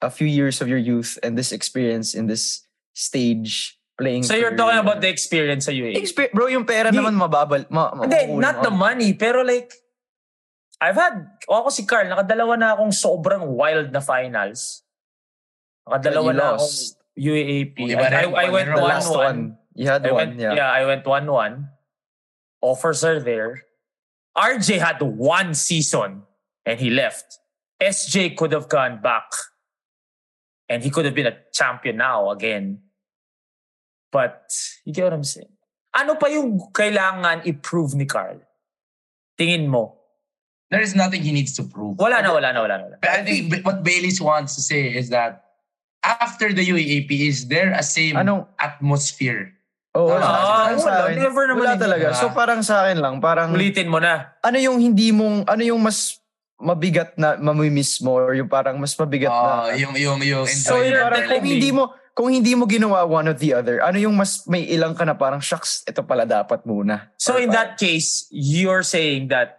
a few years of your youth and this experience in this stage playing. So you're for- talking about the experience sa E. UAE. Exper- bro, yung pera Di- naman mababal. Ma- ma- Hindi, makukuha not the mo. money, pero like, I've had, o ako si Carl, nakadalawa na akong sobrang wild na finals. Nakadalawa When you na akong lost. UAAP. Iba I, I, rin, I went the Last one. 1-1. You had I one, went, yeah. yeah. I went 1-1. Offers are there. RJ had one season and he left. SJ could have gone back and he could have been a champion now again. But you get what I'm saying? Ano pa yung kailangan i-prove ni Carl? Tingin mo? There is nothing he needs to prove. Wala na, wala na, wala na. wala na. But I think b- what Bailey's wants to say is that after the UAAP, is there a same Anong- atmosphere? Oo, Ah, sa- sa- sa wala. akin, Never naman wala yun. talaga. Ah. So parang sa akin lang, parang Ulitin mo na. ano yung hindi mong, ano yung mas mabigat na mamimiss mo or yung parang mas mabigat Uh, na. yung, yung, yung enjoyment so na yung parang telling kung lang. me- hindi mo, kung hindi mo ginawa one of the other, ano yung mas may ilang ka na parang, shucks, ito pala dapat muna. So Or in parang- that case, you're saying that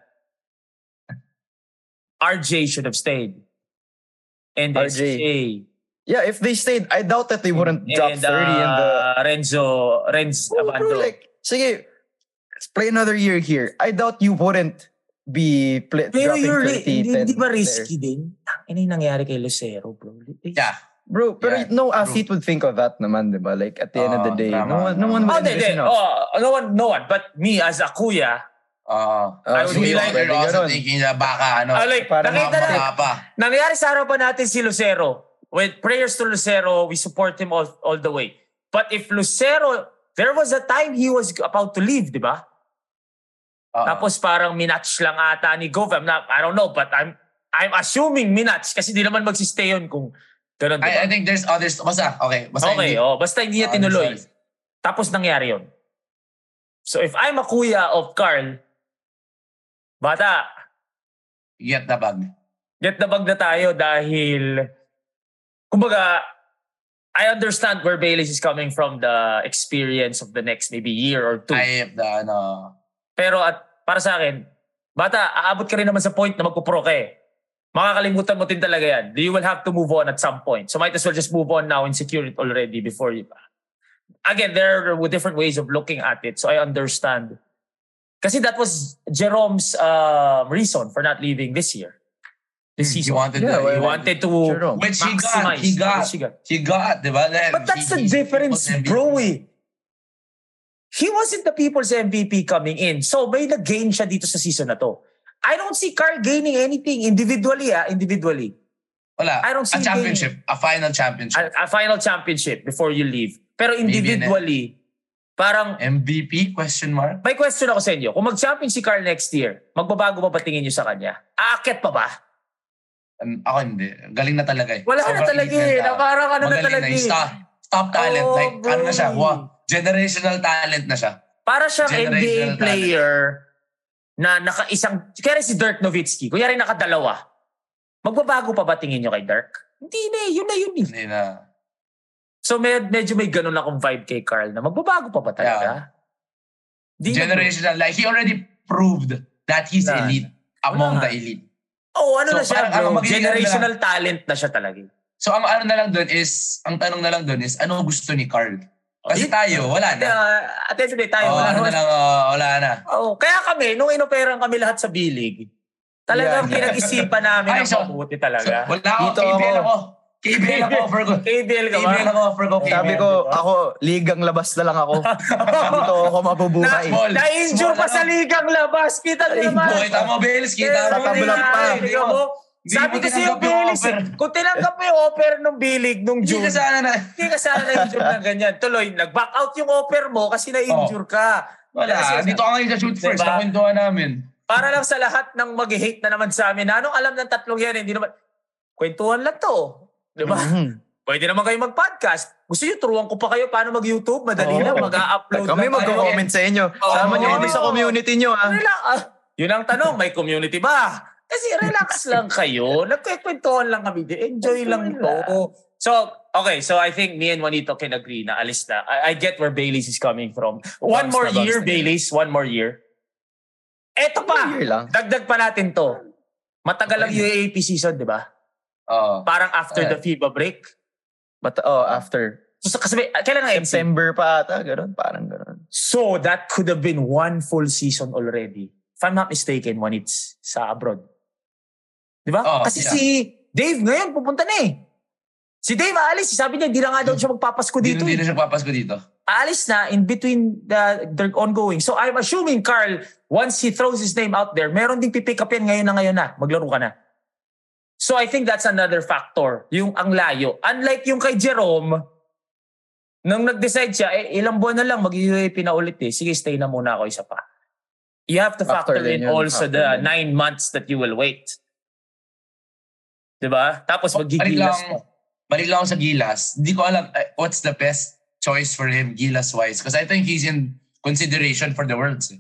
RJ should have stayed. And RJ. SJ. Yeah, if they stayed, I doubt that they wouldn't drop uh, 30 in the... Renzo, Renz Oh, Abando. bro, like, sige, let's play another year here. I doubt you wouldn't be play, Pero dropping you're, 30, hindi, 10 hindi ba there. risky din? Ano yung nangyari kay Lucero, bro? Like, Yeah. Bro, pero Yeah, no athlete would think of that naman, di ba? Like, at the end of the Ah, day, tama, no one, no tama. one Oh, would hindi, hindi. envision of- Oh, no one, no one. But me as a kuya, Uh, Ah, I would so be you're, like- you're also ganun. thinking na baka ano, ah, like, parang nakita na, mabaka pa. nangyari sa harapan natin si Lucero. With prayers to Lucero, we support him all, all the way. But if Lucero, there was a time he was about to leave, di ba? Oo. Tapos parang minatch lang ata ni Gov. I'm not, I don't know, but I'm I'm assuming minatch kasi di naman magsistay yun kung ganun, di ba? I, I think there's others. Basta, okay. Basta okay, hindi- oh, basta hindi niya Ah, tinuloy. sorry. Tapos nangyari yun. So if I'm a kuya of Carl, bata, Get the bag. get the bag na tayo dahil, kumbaga, I understand where Bayless is coming from the experience of the next maybe year or two. Hype, the ano. Pero at para sa akin, bata, aabot ka rin naman sa point na magpo-pro ka eh. Makakalimutan mo din talaga yan. You will have to move on at some point. So might as well just move on now and secure it already before you... Again, there were different ways of looking at it. So I understand. Kasi that was Jerome's um, reason for not leaving this year. This He season. wanted, Yeah, the- well, He wanted to Jerome. Which he got, maximize. he got, Which he got. he got, di ba? Then But that's he- the he- he difference, was MVP. bro. eh. He wasn't the people's MVP coming in. So may nag-gain siya dito sa season na to. I don't see Carl gaining anything individually, ah, individually. Wala. I don't see a championship, a final championship. A, a final championship before you leave. Pero Maybe individually, parang MVP question mark? may question ako sa inyo. Kung mag-champion si Carl next year, magbabago ba patingin niyo sa kanya? Aakyat pa ba? Um, ako hindi. Galing na talaga eh. Wala na Sobrang talaga elite eh. Na parang ano na Magaling talaga yung eh. Oh, Top, top talent. Oo, like, ano na siya? bro. Wow. Generational talent na siya. Para siyang Generational NBA talent. player na naka-isang... Kaya si Dirk Nowitzki, kunyari naka-dalawa. Magbabago pa ba tingin nyo kay Dirk? Hindi na eh. Yun na yun eh. Hindi na. So med- medyo may ganun akong vibe kay Carl na magbabago pa ba talaga? Hindi na, bro. Generational. Like, he already proved that he's Wala. elite among Wala. the elite. Oo, ano So, na siya parang bro. ano, magiging ano Generational talent na siya talaga. eh. So, ang ano na lang doon is, ang tanong na lang doon is, ano gusto ni Carl? Kasi Yun- tayo, wala na. Uh, attention day tayo. Oh, wala ano naman- na lang, oh, wala na. Oo, kaya kami, nung inoperang kami lahat sa bilig, talagang Yeah. pinag-isipan namin Ay, ang so- mabuti So, talaga. wala ako, Dito KBL ako. ako. KBL ang offer ko. KBL ka ba? KBL ang offer ko. KBL. Sabi ko, ako, ligang labas na lang ako. Dito ako mabubuhay. Na- Small. Na-injure pa sa ligang labas. Kita nyo naman. Boy, tama Bills. Kita Sa mo. tabla Bills. pa. Hindi Tingnan mo. mo- hindi Sabi ko mo sa yung tinanggap yung Bilis, offer. kung tinanggap mo yung offer nung bilig nung Hindi June, ka sana na. hindi ka Oh. sana na-injure ng ganyan. Tuloy, nag-back out yung offer mo kasi na-injure ka. Wala, Kasi- dito ka ngayon sa shoot first. Diba? Nakwentuhan namin. Para lang sa lahat ng mag-hate na naman sa amin, na anong alam ng tatlong yan, hindi naman, kwentuhan lang to. Di ba? Mhm. Pwede naman kayo mag-podcast. Gusto nyo, turuan ko pa kayo paano mag-YouTube. Madali Oo. lang, mag-upload. Kami lang tayo. magko-comment sa inyo. Sama niyo kami sa community niyo ah. Relax. ah, yun ang tanong, may community ba? Kasi relax lang kayo. Nagkikwentuhan lang kami. Enjoy lang to. So, okay. So, I think me and Juanito can agree na alis na. I, I get where Bailey's is coming from. One Bums more na, bums year, na. Bailey's. One more year. Eto pa. One year lang. Dagdag pa natin to. Matagal ang Okay. UAAP season, di ba? Oo. Parang after the FIBA break. But oh, after So, kasi may- kailan ang MC? September pa ata, ganun, parang ganun. So, that could have been one full season already. If I'm not mistaken, when it's sa abroad. Di ba? Oh, Kasi yeah. si Dave ngayon, pupunta na eh. Si Dave aalis. Sabi niya, hindi na nga daw Hmm. siya magpapasko dito. Dito, dito eh. siya papasko dito. Aalis na in between the, their ongoing. So, I'm assuming, Carl, once he throws his name out there, meron ding pipick up yan ngayon na ngayon na. Maglaro ka na. So, I think that's another factor. Yung ang layo. Unlike yung kay Jerome, nung nag-decide siya, eh, ilang buwan na lang, mag-UAP na ulit eh. Sige, stay na muna ako isa pa. You have to factor, Factor in din yun, also factor the din. nine months that you will wait. Diba? Tapos Oh, Balik lang, magigilas ka. balik lang ako sa Gilas. Hindi ko alam eh, what's the best choice for him Gilas-wise. Because I think he's in consideration for the Worlds. eh.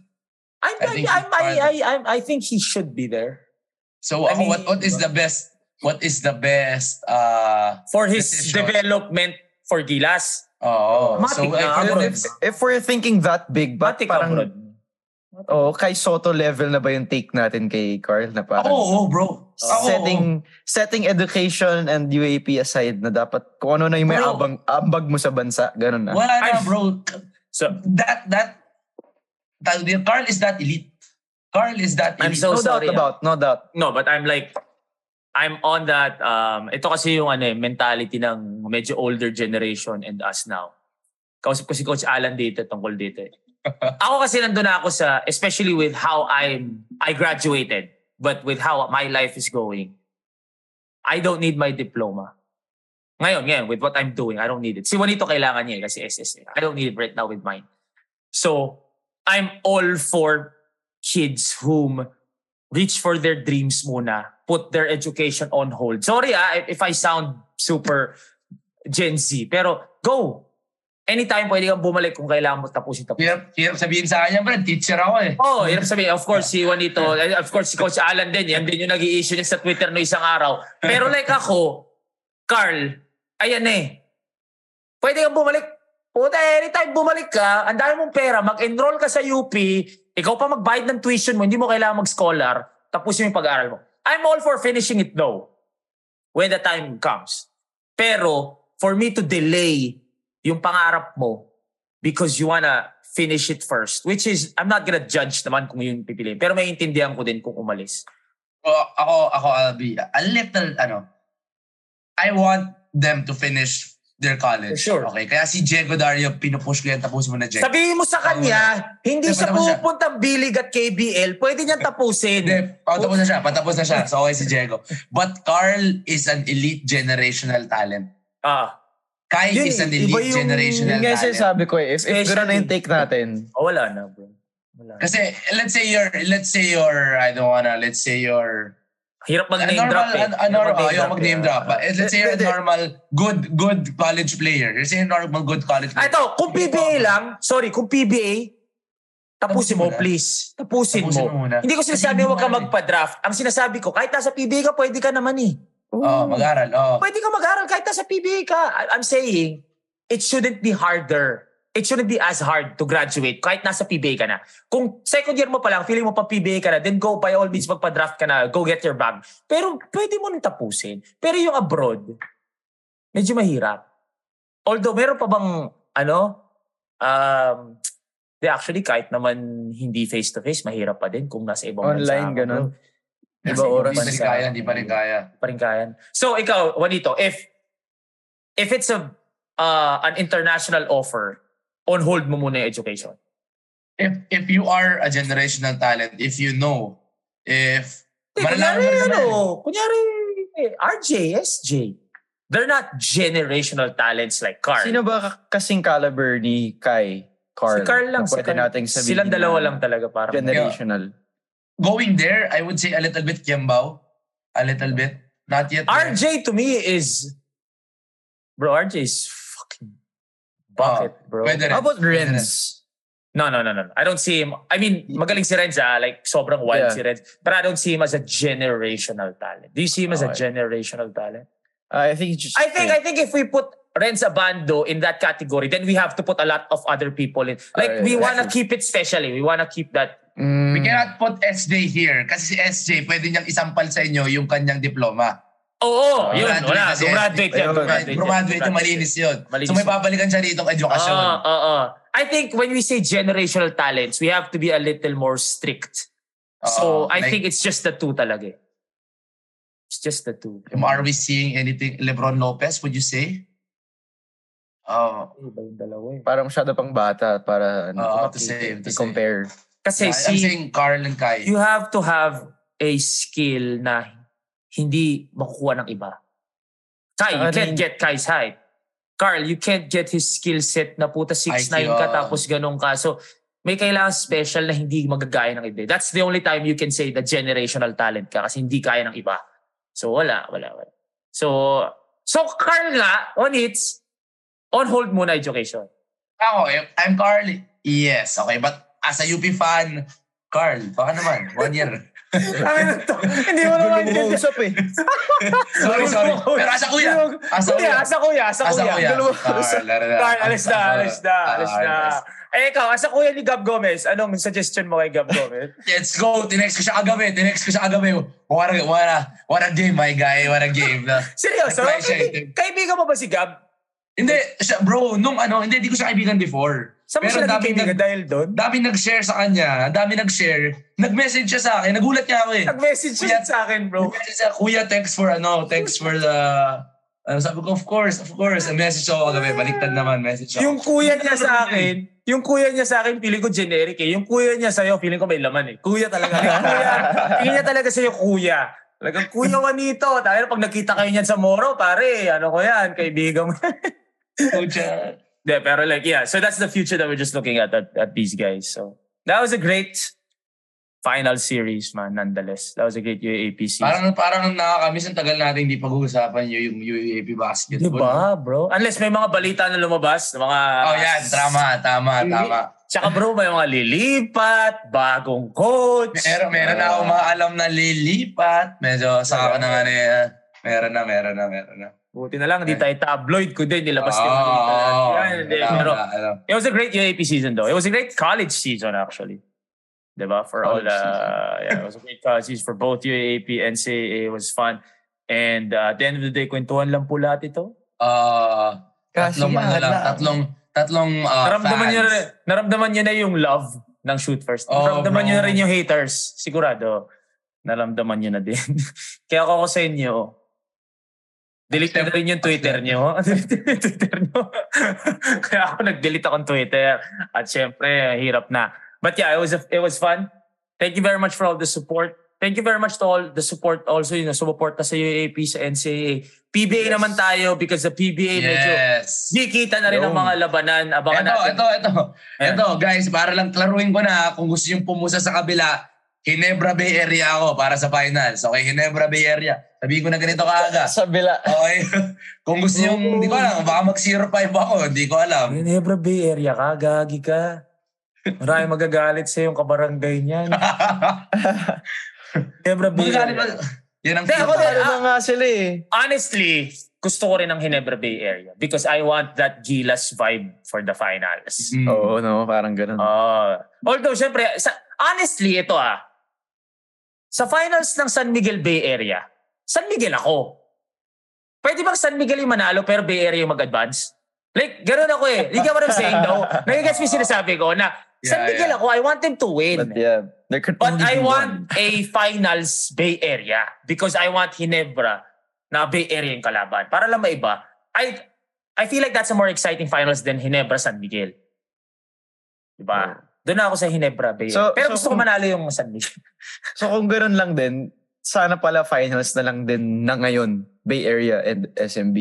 I'm, I think I'm, I, he's I, I, I think he should be there. So I ako, mean, what, what is the best, what is the best, uh, For his Decision. development for Gilas. oh, Matik na, so I for the abroad. Lips, If we're thinking that big, but Matik parang abroad. oh, kay Soto level na ba yung take natin kay Carl na Ako, parang oo, bro. Ako, oo. setting setting education and UAP aside na dapat kung ano na yung may Bro. abang ambag mo sa bansa, ganun na. Wala na, Ay. bro. So, That, that, tawag din, Carl is that elite. Carl is that I'm elite. so no doubt sorry. ah. about, no doubt. No, but I'm like, I'm on that, um, ito kasi yung ano, eh, mentality ng medyo older generation and us now. Kausap ko si Coach Alan dito tungkol dito. eh. ako kasi nandun na ako sa, especially with how I'm, I graduated, but with how my life is going. I don't need my diploma. Ngayon, ngayon, with what I'm doing, I don't need it. Si Juanito kailangan niya eh, kasi SSA. I don't need it right now with mine. So, I'm all for kids whom reach for their dreams muna, put their education on hold. Sorry ah, if I sound super Gen Z, pero go! Anytime pwede kang bumalik kung kailangan mo tapusin tapusin. Hirap, hirap sabihin sa kanya, bro, teacher ako eh. Oo, oh, hirap sabihin. Of course, si Juanito, and of course, si Coach Alan din, yan din yung nag issue niya sa Twitter no isang araw. Pero like ako, Carl, ayan eh, pwede kang bumalik. Puta, anytime bumalik ka, ang dami mong pera, mag-enroll ka sa UP, ikaw pa magbayad ng tuition mo, hindi mo kailangan mag-scholar, tapos yung pag-aaral mo. I'm all for finishing it though, when the time comes. Pero, for me to delay yung pangarap mo, because you wanna finish it first. Which is, I'm not gonna judge naman kung yun pipiliin. Pero maiintindihan ko din kung umalis. O, ako, ako, I'll be a little, ano, I want them to finish their college. Sure. Okay, kaya si Diego Dario, pinupush ko yan, tapos mo na, Diego. Sabihin mo sa kanya, hindi Hindi, siya patapos siya. pupunta bilig at KBL. Pwede niyang tapusin. Hindi, patapos na siya, patapos na siya. So, okay si Diego. But Carl is an elite generational talent. Ah, Kai Yun is an eh, iba elite yung- generational Yun nga talent. sinasabi ko eh, if, if ganun na yung Especially- take natin, oh, wala na bro. Wala na. Kasi let's say you're let's say you're I don't wanna let's say you're Hirap a mag-name Ano, normal drop eh. a, a normal Hirap ayaw eh. mag-name drop. But let's say you're a Hindi. normal good good college player. Let's say you're a normal good college Ah, player. Ito, kung PBA lang, sorry, kung PBA, tapusin Tapusin mo, mo na. please. Tapusin, Tapusin mo. mo muna. Hindi ko sinasabi Kasi huwag ka hindi mo alam eh. magpa-draft. Ang sinasabi ko, kahit nasa PBA ka, pwede ka naman eh. Oh, mag-aral. Oh. pwede ka mag-aral kahit nasa PBA ka. I- I'm saying, it shouldn't be harder. It shouldn't be as hard to graduate kahit nasa PBA ka na. Kung second year mo pa lang, feeling mo pa PBA ka na, then go by all means, magpa-draft ka na, go get your bag. Pero pwede mo nang tapusin. Pero yung abroad, medyo mahirap. Although, meron pa bang, ano, um, they actually, kahit naman hindi face-to-face, mahirap pa din kung nasa ibang online bansa. ganun. Kasi Iba oras. Hindi pa rin kaya, hindi pa rin kaya. Paringkayan. So, ikaw, Juanito, if if it's a uh, an international offer, on hold mo muna yung education. If if you are a generational talent, if you know, if Eh, kunyari, malalaman mo rin ano, naman eh. kunyari, eh, RJ, SJ, they're not generational talents like Carl. Sino ba ka- kasing caliber ni Kai? Si Carl. Carl lang. na Si Pwede Carl. nating sabihin Silang dalawa na lang talaga parang. Generational. going there, I would say a little bit Kiambao, a little bit. Not yet. there. RJ to me is... Bro, RJ is fucking bucket, Ah, bro. Oh, pwede rin. How about Pwede rin. Renz? No, no, no, no. no. I don't see him. I mean, magaling si Renz, ah. Like, sobrang wild Yeah. si Renz. But I don't see him as a generational talent. Do you see him as a Okay. generational talent? Uh, I think it's just I think, I think if we put Renz Abando in that category, then we have to put a lot of other people in. Like, Alright, we that's wanna true. keep it special, eh. We wanna keep that. Mm. We cannot put SJ here kasi si SJ pwede niyang isampal sa inyo yung kanyang diploma. Oo, yun. Graduate Wala. na si Gumraduate SJ. yan. Ayun, Gumraduate yan. Graduate niya, malinis yun. Malinis So may yun. Ah, babalikan siya rito ng edukasyon. Oo, oo. I think when we say generational talents, we have to be a little more strict. so Oo, I like, think it's just the two talaga. eh. It's just the two. um, are we seeing anything LeBron Lopez would you say? Oh, Iba yung dalawa eh. Parang masyado pang bata para ano, Oo, kumaki- to save, to compare. Kasi I'm si, saying Carl and Kai. you have to have a skill na hindi makukuha ng iba. Kai, you Saka can't rin- get Kai's height. Carl, you can't get his skill set na puta 6'9 ka IQ. tapos ganun ka. So, may kailangan special na hindi magagaya ng iba. That's the only time you can say the generational talent ka kasi hindi kaya ng iba. So, wala, wala, wala. So, so Carl nga, on its, on hold muna education. Ako, eh, I'm Carl. Yes, okay. But as a UP fan, Carl, baka naman, one year. Hindi mo naman usap eh. sorry, sorry. Pero asa kuya. Asa Kuya, kuya. asa kuya, asa Asa kuya. kuya. Dalawa- Carl, aray, aray. Carl, alis na, Asa- alis na, Ah, alis na. alis. Eh, ikaw, asa kuya ni Gab Gomez, anong suggestion mo kay Gab Gomez? Let's go. Tinext ko siya kagabi. Tinext ko siya kagabi. What a, what a, what a game, my guy. What a game. Na. Seryoso? Nag-try siya, eh. Kaibi- Kaibigan mo ba si Gab? hindi, siya, bro, nung ano, hindi, di ko siya kaibigan before. Saan mo siya daming nagkaibigan nag- dahil doon? daming nag-share sa kanya. Ang Daming nag-share. Nag-message siya sa akin. Nagulat niya ako eh. Nag-message siya Kuya- sa akin, bro. Nag-message siya, Kuya, thanks for ano, thanks for the... Ano, sabi ko, of course, of course. Ang message ako kagabi. Baliktad naman, message ako. Yung kuya niya sa akin, yung kuya niya sa akin, feeling ko generic eh. Yung kuya niya sa'yo, feeling ko may laman eh. Kuya talaga. Yung kuya, feeling niya talaga sa'yo kuya. Talagang kuya Juanito. Dahil pag nakita kayo niyan sa Moro, pare, ano ko yan, kaibigan mo. Kuya. Yeah, pero like, yeah. So that's the future that we're just looking at, at at these guys. So that was a great final series, man, nonetheless. That was a great UAP season. Parang, parang nakakamiss ang tagal natin hindi pag-uusapan yung, yung UAP basketball. diba, bro? Unless may mga balita na lumabas, na mga... Oh, yan. Tama, tama, tama. Tsaka bro, may mga lilipat, bagong coach. Meron, meron na akong mga alam na lilipat. Medyo saka ko na nga na yan. Meron na, meron na, meron na. Buti na lang, di tayo tabloid ko din. Nilabas ko yung balita Oo, natin. Yan, hindi. alam Pero na, alam. it was a great UAP season though. It was a great college season actually. Diba? For all College the... yeah, it was a great college season for both UAP and NCAA. It was fun. And uh, at the end of the day, kwentuhan lang po lahat ito. Ah, tatlong ano lang, tatlong, tatlong ah, naramdaman fans. Oh, nyo, na, naramdaman nyo na yung love ng shoot first. Oo, naramdaman bro. nyo na rin yung haters. Sigurado, naramdaman nyo na din. Kaya ako sa inyo, delete na rin yung Twitter nyo. delete na yung Twitter nyo. Kaya ako nag-delete akong Twitter. At syempre, hirap na. But yeah, it was, a- it was fun. Thank you very much for all the support. Thank you very much to all the support also, you know, sumuporta sa UAP, sa NCAA. PBA Yes. naman tayo because the PBA medyo Yes. Di kita na rin ang Yun. mga labanan. Abangan Ito, natin. ito, ito. Ayan. Ito, guys, para lang klaruin ko na kung gusto yung pumusa sa kabila, Ginebra Bay Area ako para sa finals. Okay, Ginebra Bay Area. Sabihin ko na ganito kaaga. Sa bila. Okay. kung gusto yung, hindi ko Oh. alam, baka mag 05 ako, hindi ko alam. Ginebra Bay Area ka, gagi ka. Maraming magagalit sa yung kabarangay niya. Ginebra Bay Magagalit ba? Area. Yan ang Hindi, ako kita. din. Ano nga sila eh. Honestly, gusto ko rin ng Ginebra Bay Area because I want that Gilas vibe for the finals. Mm. Oo, no, parang ganun. Ah. although, syempre, sa, honestly, ito ah. Sa finals ng San Miguel Bay Area, San Miguel ako. Pwede bang San Miguel yung manalo pero Bay Area yung mag-advance? Like, ganun ako eh. You get what I'm saying, no? Nagigets mo yung sinasabi ko na San Yeah, Miguel yeah. ako, I want them to win. But yeah, there could But only I be want one. a finals Bay Area because I want Hinebra na Bay Area yung kalaban. Para lang maiba, I I feel like that's a more exciting finals than Ginebra San Miguel. Diba? Doon na ako sa Ginebra Bay. So- Pero so gusto ko kung- manalo yung San Miguel. So kung ganoon lang din, sana pala finals na lang din na ngayon, Bay Area and SMB.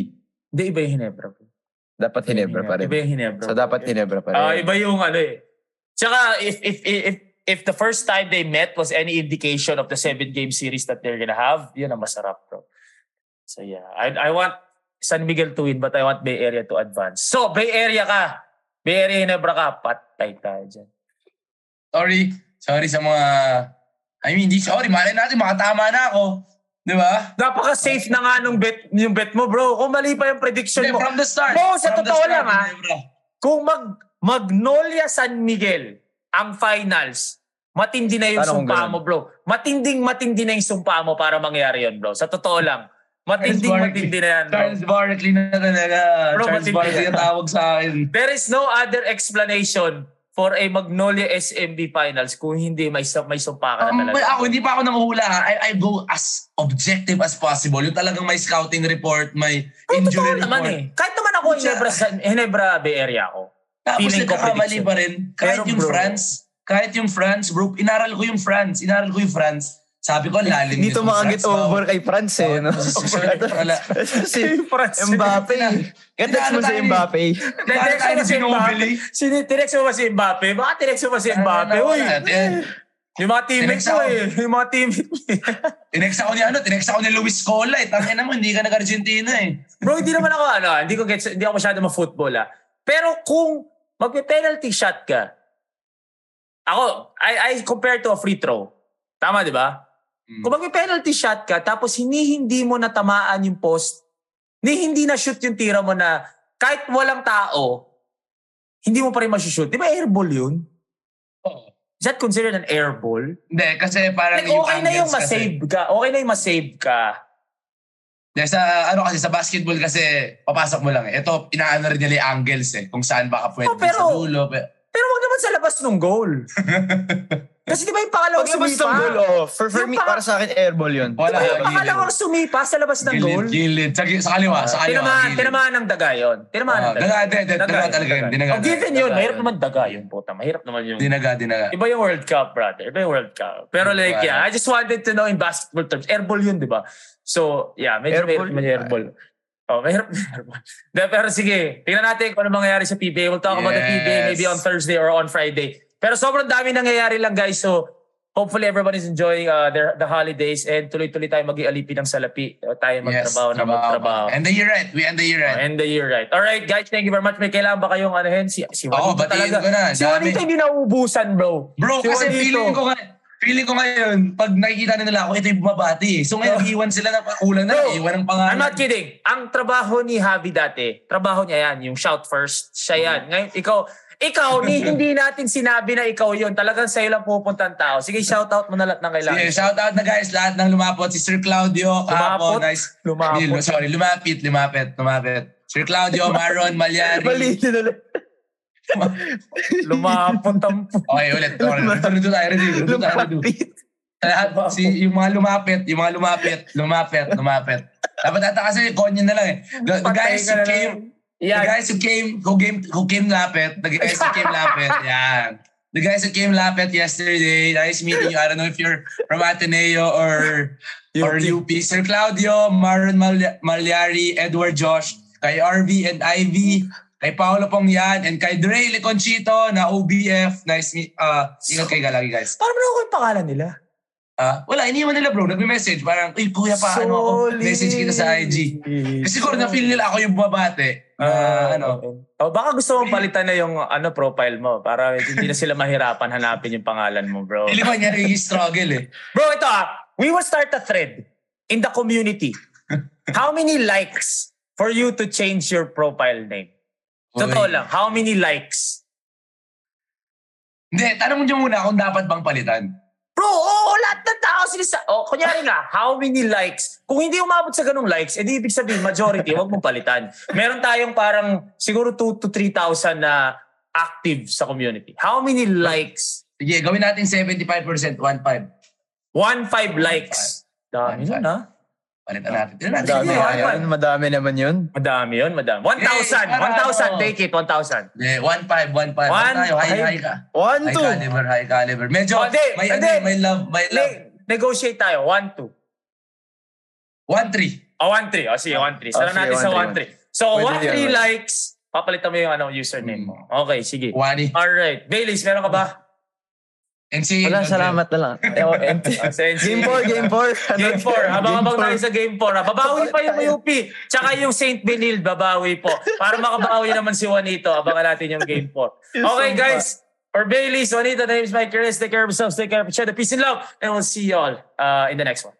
Hindi, iba yung Ginebra. Bay. Dapat Hinebra pa rin. Iba yung Ginebra. So dapat Bay. Hinebra pa rin. Ah, iba yung ano eh. Tsaka if if if if- if the first time they met was any indication of the seven game series that they're gonna have, yun ang masarap, bro. So yeah, I I want San Miguel to win but I want Bay Area to advance. So Bay Area ka. Bay Area Hinebra ka, patay tayo dyan. Sorry. Sorry sa mga... I mean, di sorry. Malay natin, makatama na ako. Di ba? Napaka-safe na nga nung bet, yung bet mo, bro. Kung mali pa yung prediction Hindi, mo. from the start. Bro, sa From the totoo start, lang, ah. Ginebra. Kung mag Magnolia San Miguel ang finals, matindi na yung Paano kung sumpa ganun? mo, bro. Matinding matindi na yung sumpa mo para mangyari yun, bro. Sa totoo lang. Matinding Charles matindi na yan, bro. Charles Barkley na talaga. Bro, Charles matindi Barkley yan. na tawag sa akin. There is no other explanation for a Magnolia SMB finals kung hindi may, sum- may sumpa ka na Um, talaga. well, ako, hindi pa ako nanguhula. ha. I, I go as objective as possible. Yung talagang may scouting report, may Pero totoo injury report. naman eh. Kahit naman ako, Pucha. Hinebra, San- Hinebra Bay Area ako. Tapos Feeling ko nagkakamali prediction. pa rin. Kahit Pero yung bro- France, kahit yung France, bro, inaral ko yung France. Inaral ko yung France. Sabi ko, ang lalim Dito nitong mga get France, bro. over kay France eh. No? Sorry, wala. si Mbappe. Katets mo si Mbappe. Inaral tayo Tinex mo ng si Mbappe. Ginobili. Sini- Tinex mo ba si Mbappe? Baka tinex mo ba si Mbappe? Ano, Uy, natin. yung mga teammate Tinex mo ako. eh. Yung mga teammate mo eh. Tinex ako ni ano, tinex ako ni Luis Cola eh. Tangin naman, hindi ka nag-Argentina eh. Bro, hindi naman ako ano, hindi ko gets, hindi ako masyado ma-football ah. Pero kung magpe-penalty shot ka, ako, I, I compare to a free throw. Tama, di ba? Mm. Kung magpe-penalty shot ka, tapos hinihindi mo na tamaan yung post, ni hindi na shoot yung tira mo na kahit walang tao, hindi mo pa rin masushoot. Di ba airball yun? Oo. Is that considered an airball? Oh. Hindi, kasi parang Like, okay na yung angles masave kasi- ka. Okay na yung masave ka. Dahil sa, ano kasi, sa basketball kasi, papasok mo lang eh. Ito, inaano rin nila yung angles eh. Kung saan baka pwede Oh, pero- sa dulo. Pero, Pero wag naman sa labas ng goal. Kasi di ba yung pangalawang Paglabas ng sumipa? goal, oh, for, for Yung me, pa- para sa akin, airball yun. Di wala. ba yung gilid. pangalawang sumipa sa labas ng goal? Gilid, gilid. Sa, gi- sa kaliwa, Ah, sa kaliwa. Tinamaan, gilid. tinamaan ng daga yun. Tinamaan ng Ah, daga. daga, di- di- daga talaga yun. Dinaga, Oh, given daga. yun. Daga Mahirap yun. naman daga yun, puta. Mahirap naman yung... Dinaga, dinaga. Iba yung World Cup, brother. Iba yung World Cup. Pero like, Wow. yeah, I just wanted to know in basketball terms. Airball yun, di ba? So, yeah, medyo Airball airball. Medyo yun. airball. Oh, mahirap na airball. De, pero sige, tingnan natin kung ano mangyayari sa PBA. We'll talk about the PBA maybe Yes. on Thursday or on Friday. Pero sobrang dami nangyayari lang, guys. So, hopefully everyone is enjoying uh, their, the holidays and tuloy-tuloy tayo mag-ialipi ng salapi. Uh, tayo magtrabaho na trabaho. magtrabaho. And the year right. We end the year right. End the year, uh, right? All right, guys, thank you very much. May kailangan ba kayong anuhin? Si, si Oo, Juanito batiin talaga. ko na. Si Dami. Juanito hindi nauubusan, bro. Bro, si kasi Juanito. feeling ko nga, feeling ko ngayon, pag nakikita na nila ako, ito yung bumabati. eh. So ngayon, Oh. iwan sila na kulang na, Bro, iwan ng pangalan. I'm not kidding. Ang trabaho ni Javi dati, trabaho niya yan, yung shout first, siya yan. Mm. Ngayon, ikaw, ikaw, ni, hindi natin sinabi na ikaw yun. Talagang sa'yo lang pupunta ang tao. Sige, shout out mo na lahat ng kailangan. Sige, shout out na guys, lahat ng lumapot. Si Sir Claudio, Lumapot? Kapo, nice. Lumapot. Hindi, sorry, lumapit, lumapit, lumapit. Sir Claudio, Maron, Malyari. Mali din ulit. Lumapot ang pu- okay, ulit. Sorry, Redo tayo, redo, redo tayo, redo. Lumapit. Sa Lahat, si, yung mga lumapit, yung mga lumapit, lumapit, lumapit. Dapat ata kasi konyo na lang eh. The, the Patay guys ka who na lang. came, Yeah. the guys who came, who came, who came lapit, the guys who came lapit, yan. The guys who came lapit yesterday, nice meeting you. I don't know if you're from Ateneo or or UP. Sir Claudio, Maron Mal- Malyari, Edward Josh, kay RV and Ivy, kay Paolo Pongyan, and kay Dre Leconchito na OBF. Nice meet, uh, ingat kayo lagi guys. Parang na ako yung pangalan nila. Ah, wala, iniwan nila bro. Nagme-message. Parang, uy, kuya pa, ano ako? Message kita sa IG. Kasi siguro na-feel nila ako yung bumabate. na ano. Oh, baka gusto mong palitan na yung ano profile mo para hindi na sila mahirapan hanapin yung pangalan mo, bro. Hindi ba niya nagiging struggle eh. Bro, ito ah. We will start a thread in the community. How many likes for you to change your profile name? Totoo Uy. lang. How many likes? Hindi, tanong niyo muna kung dapat bang palitan. Bro, oo, lahat ng tao sinisa... Oh, kunyari nga, how many likes? Kung hindi umabot sa ganung likes, edi ibig sabihin, majority, huwag mong palitan. Meron tayong parang siguro 2 to 3,000 na active sa community. How many likes? Sige, gawin natin 1-5 75%, 1-5. likes. ah. Dami One, nun, five. ha? Palitan natin. Tignan natin. Madami, Sige, na one, yun. madami naman yun. Madami yun, madami. 1,000! 1,000! Yay, bravo! Take it, 1,000. Eh, 1-5, 1-5. One, Tayo, high, five. high ka. One, High two. caliber, high caliber. Medyo, Oh, hindi, may, ano, hindi. may love, may love. Ne- negotiate tayo, Oh, 1-2. 1-3. O, 1-3. O, sige, 1-3. Sarang sige, natin sa 1-3. 1-3. So, Pwede 1-3 yan, likes. Papalitan mo yung ano, username mo. Mm. Okay, sige. Wani. Alright. Baileys, meron ka ba? And si... Wala, salamat na lang. Eh, oh, empty. Ah, sense. game 4, game 4. Game 4. Abang-abang tayo sa Game 4. Ha? Babawi pa yung UP. Tsaka yung St. Benil, babawi po. Para makabawi naman si Juanito, abangan natin yung Game 4. Okay, guys. For Bailey's, Juanito, the name is Mike Perez. Take care of yourselves. Take care of each other. Peace and love. And we'll see y'all uh, in the next one.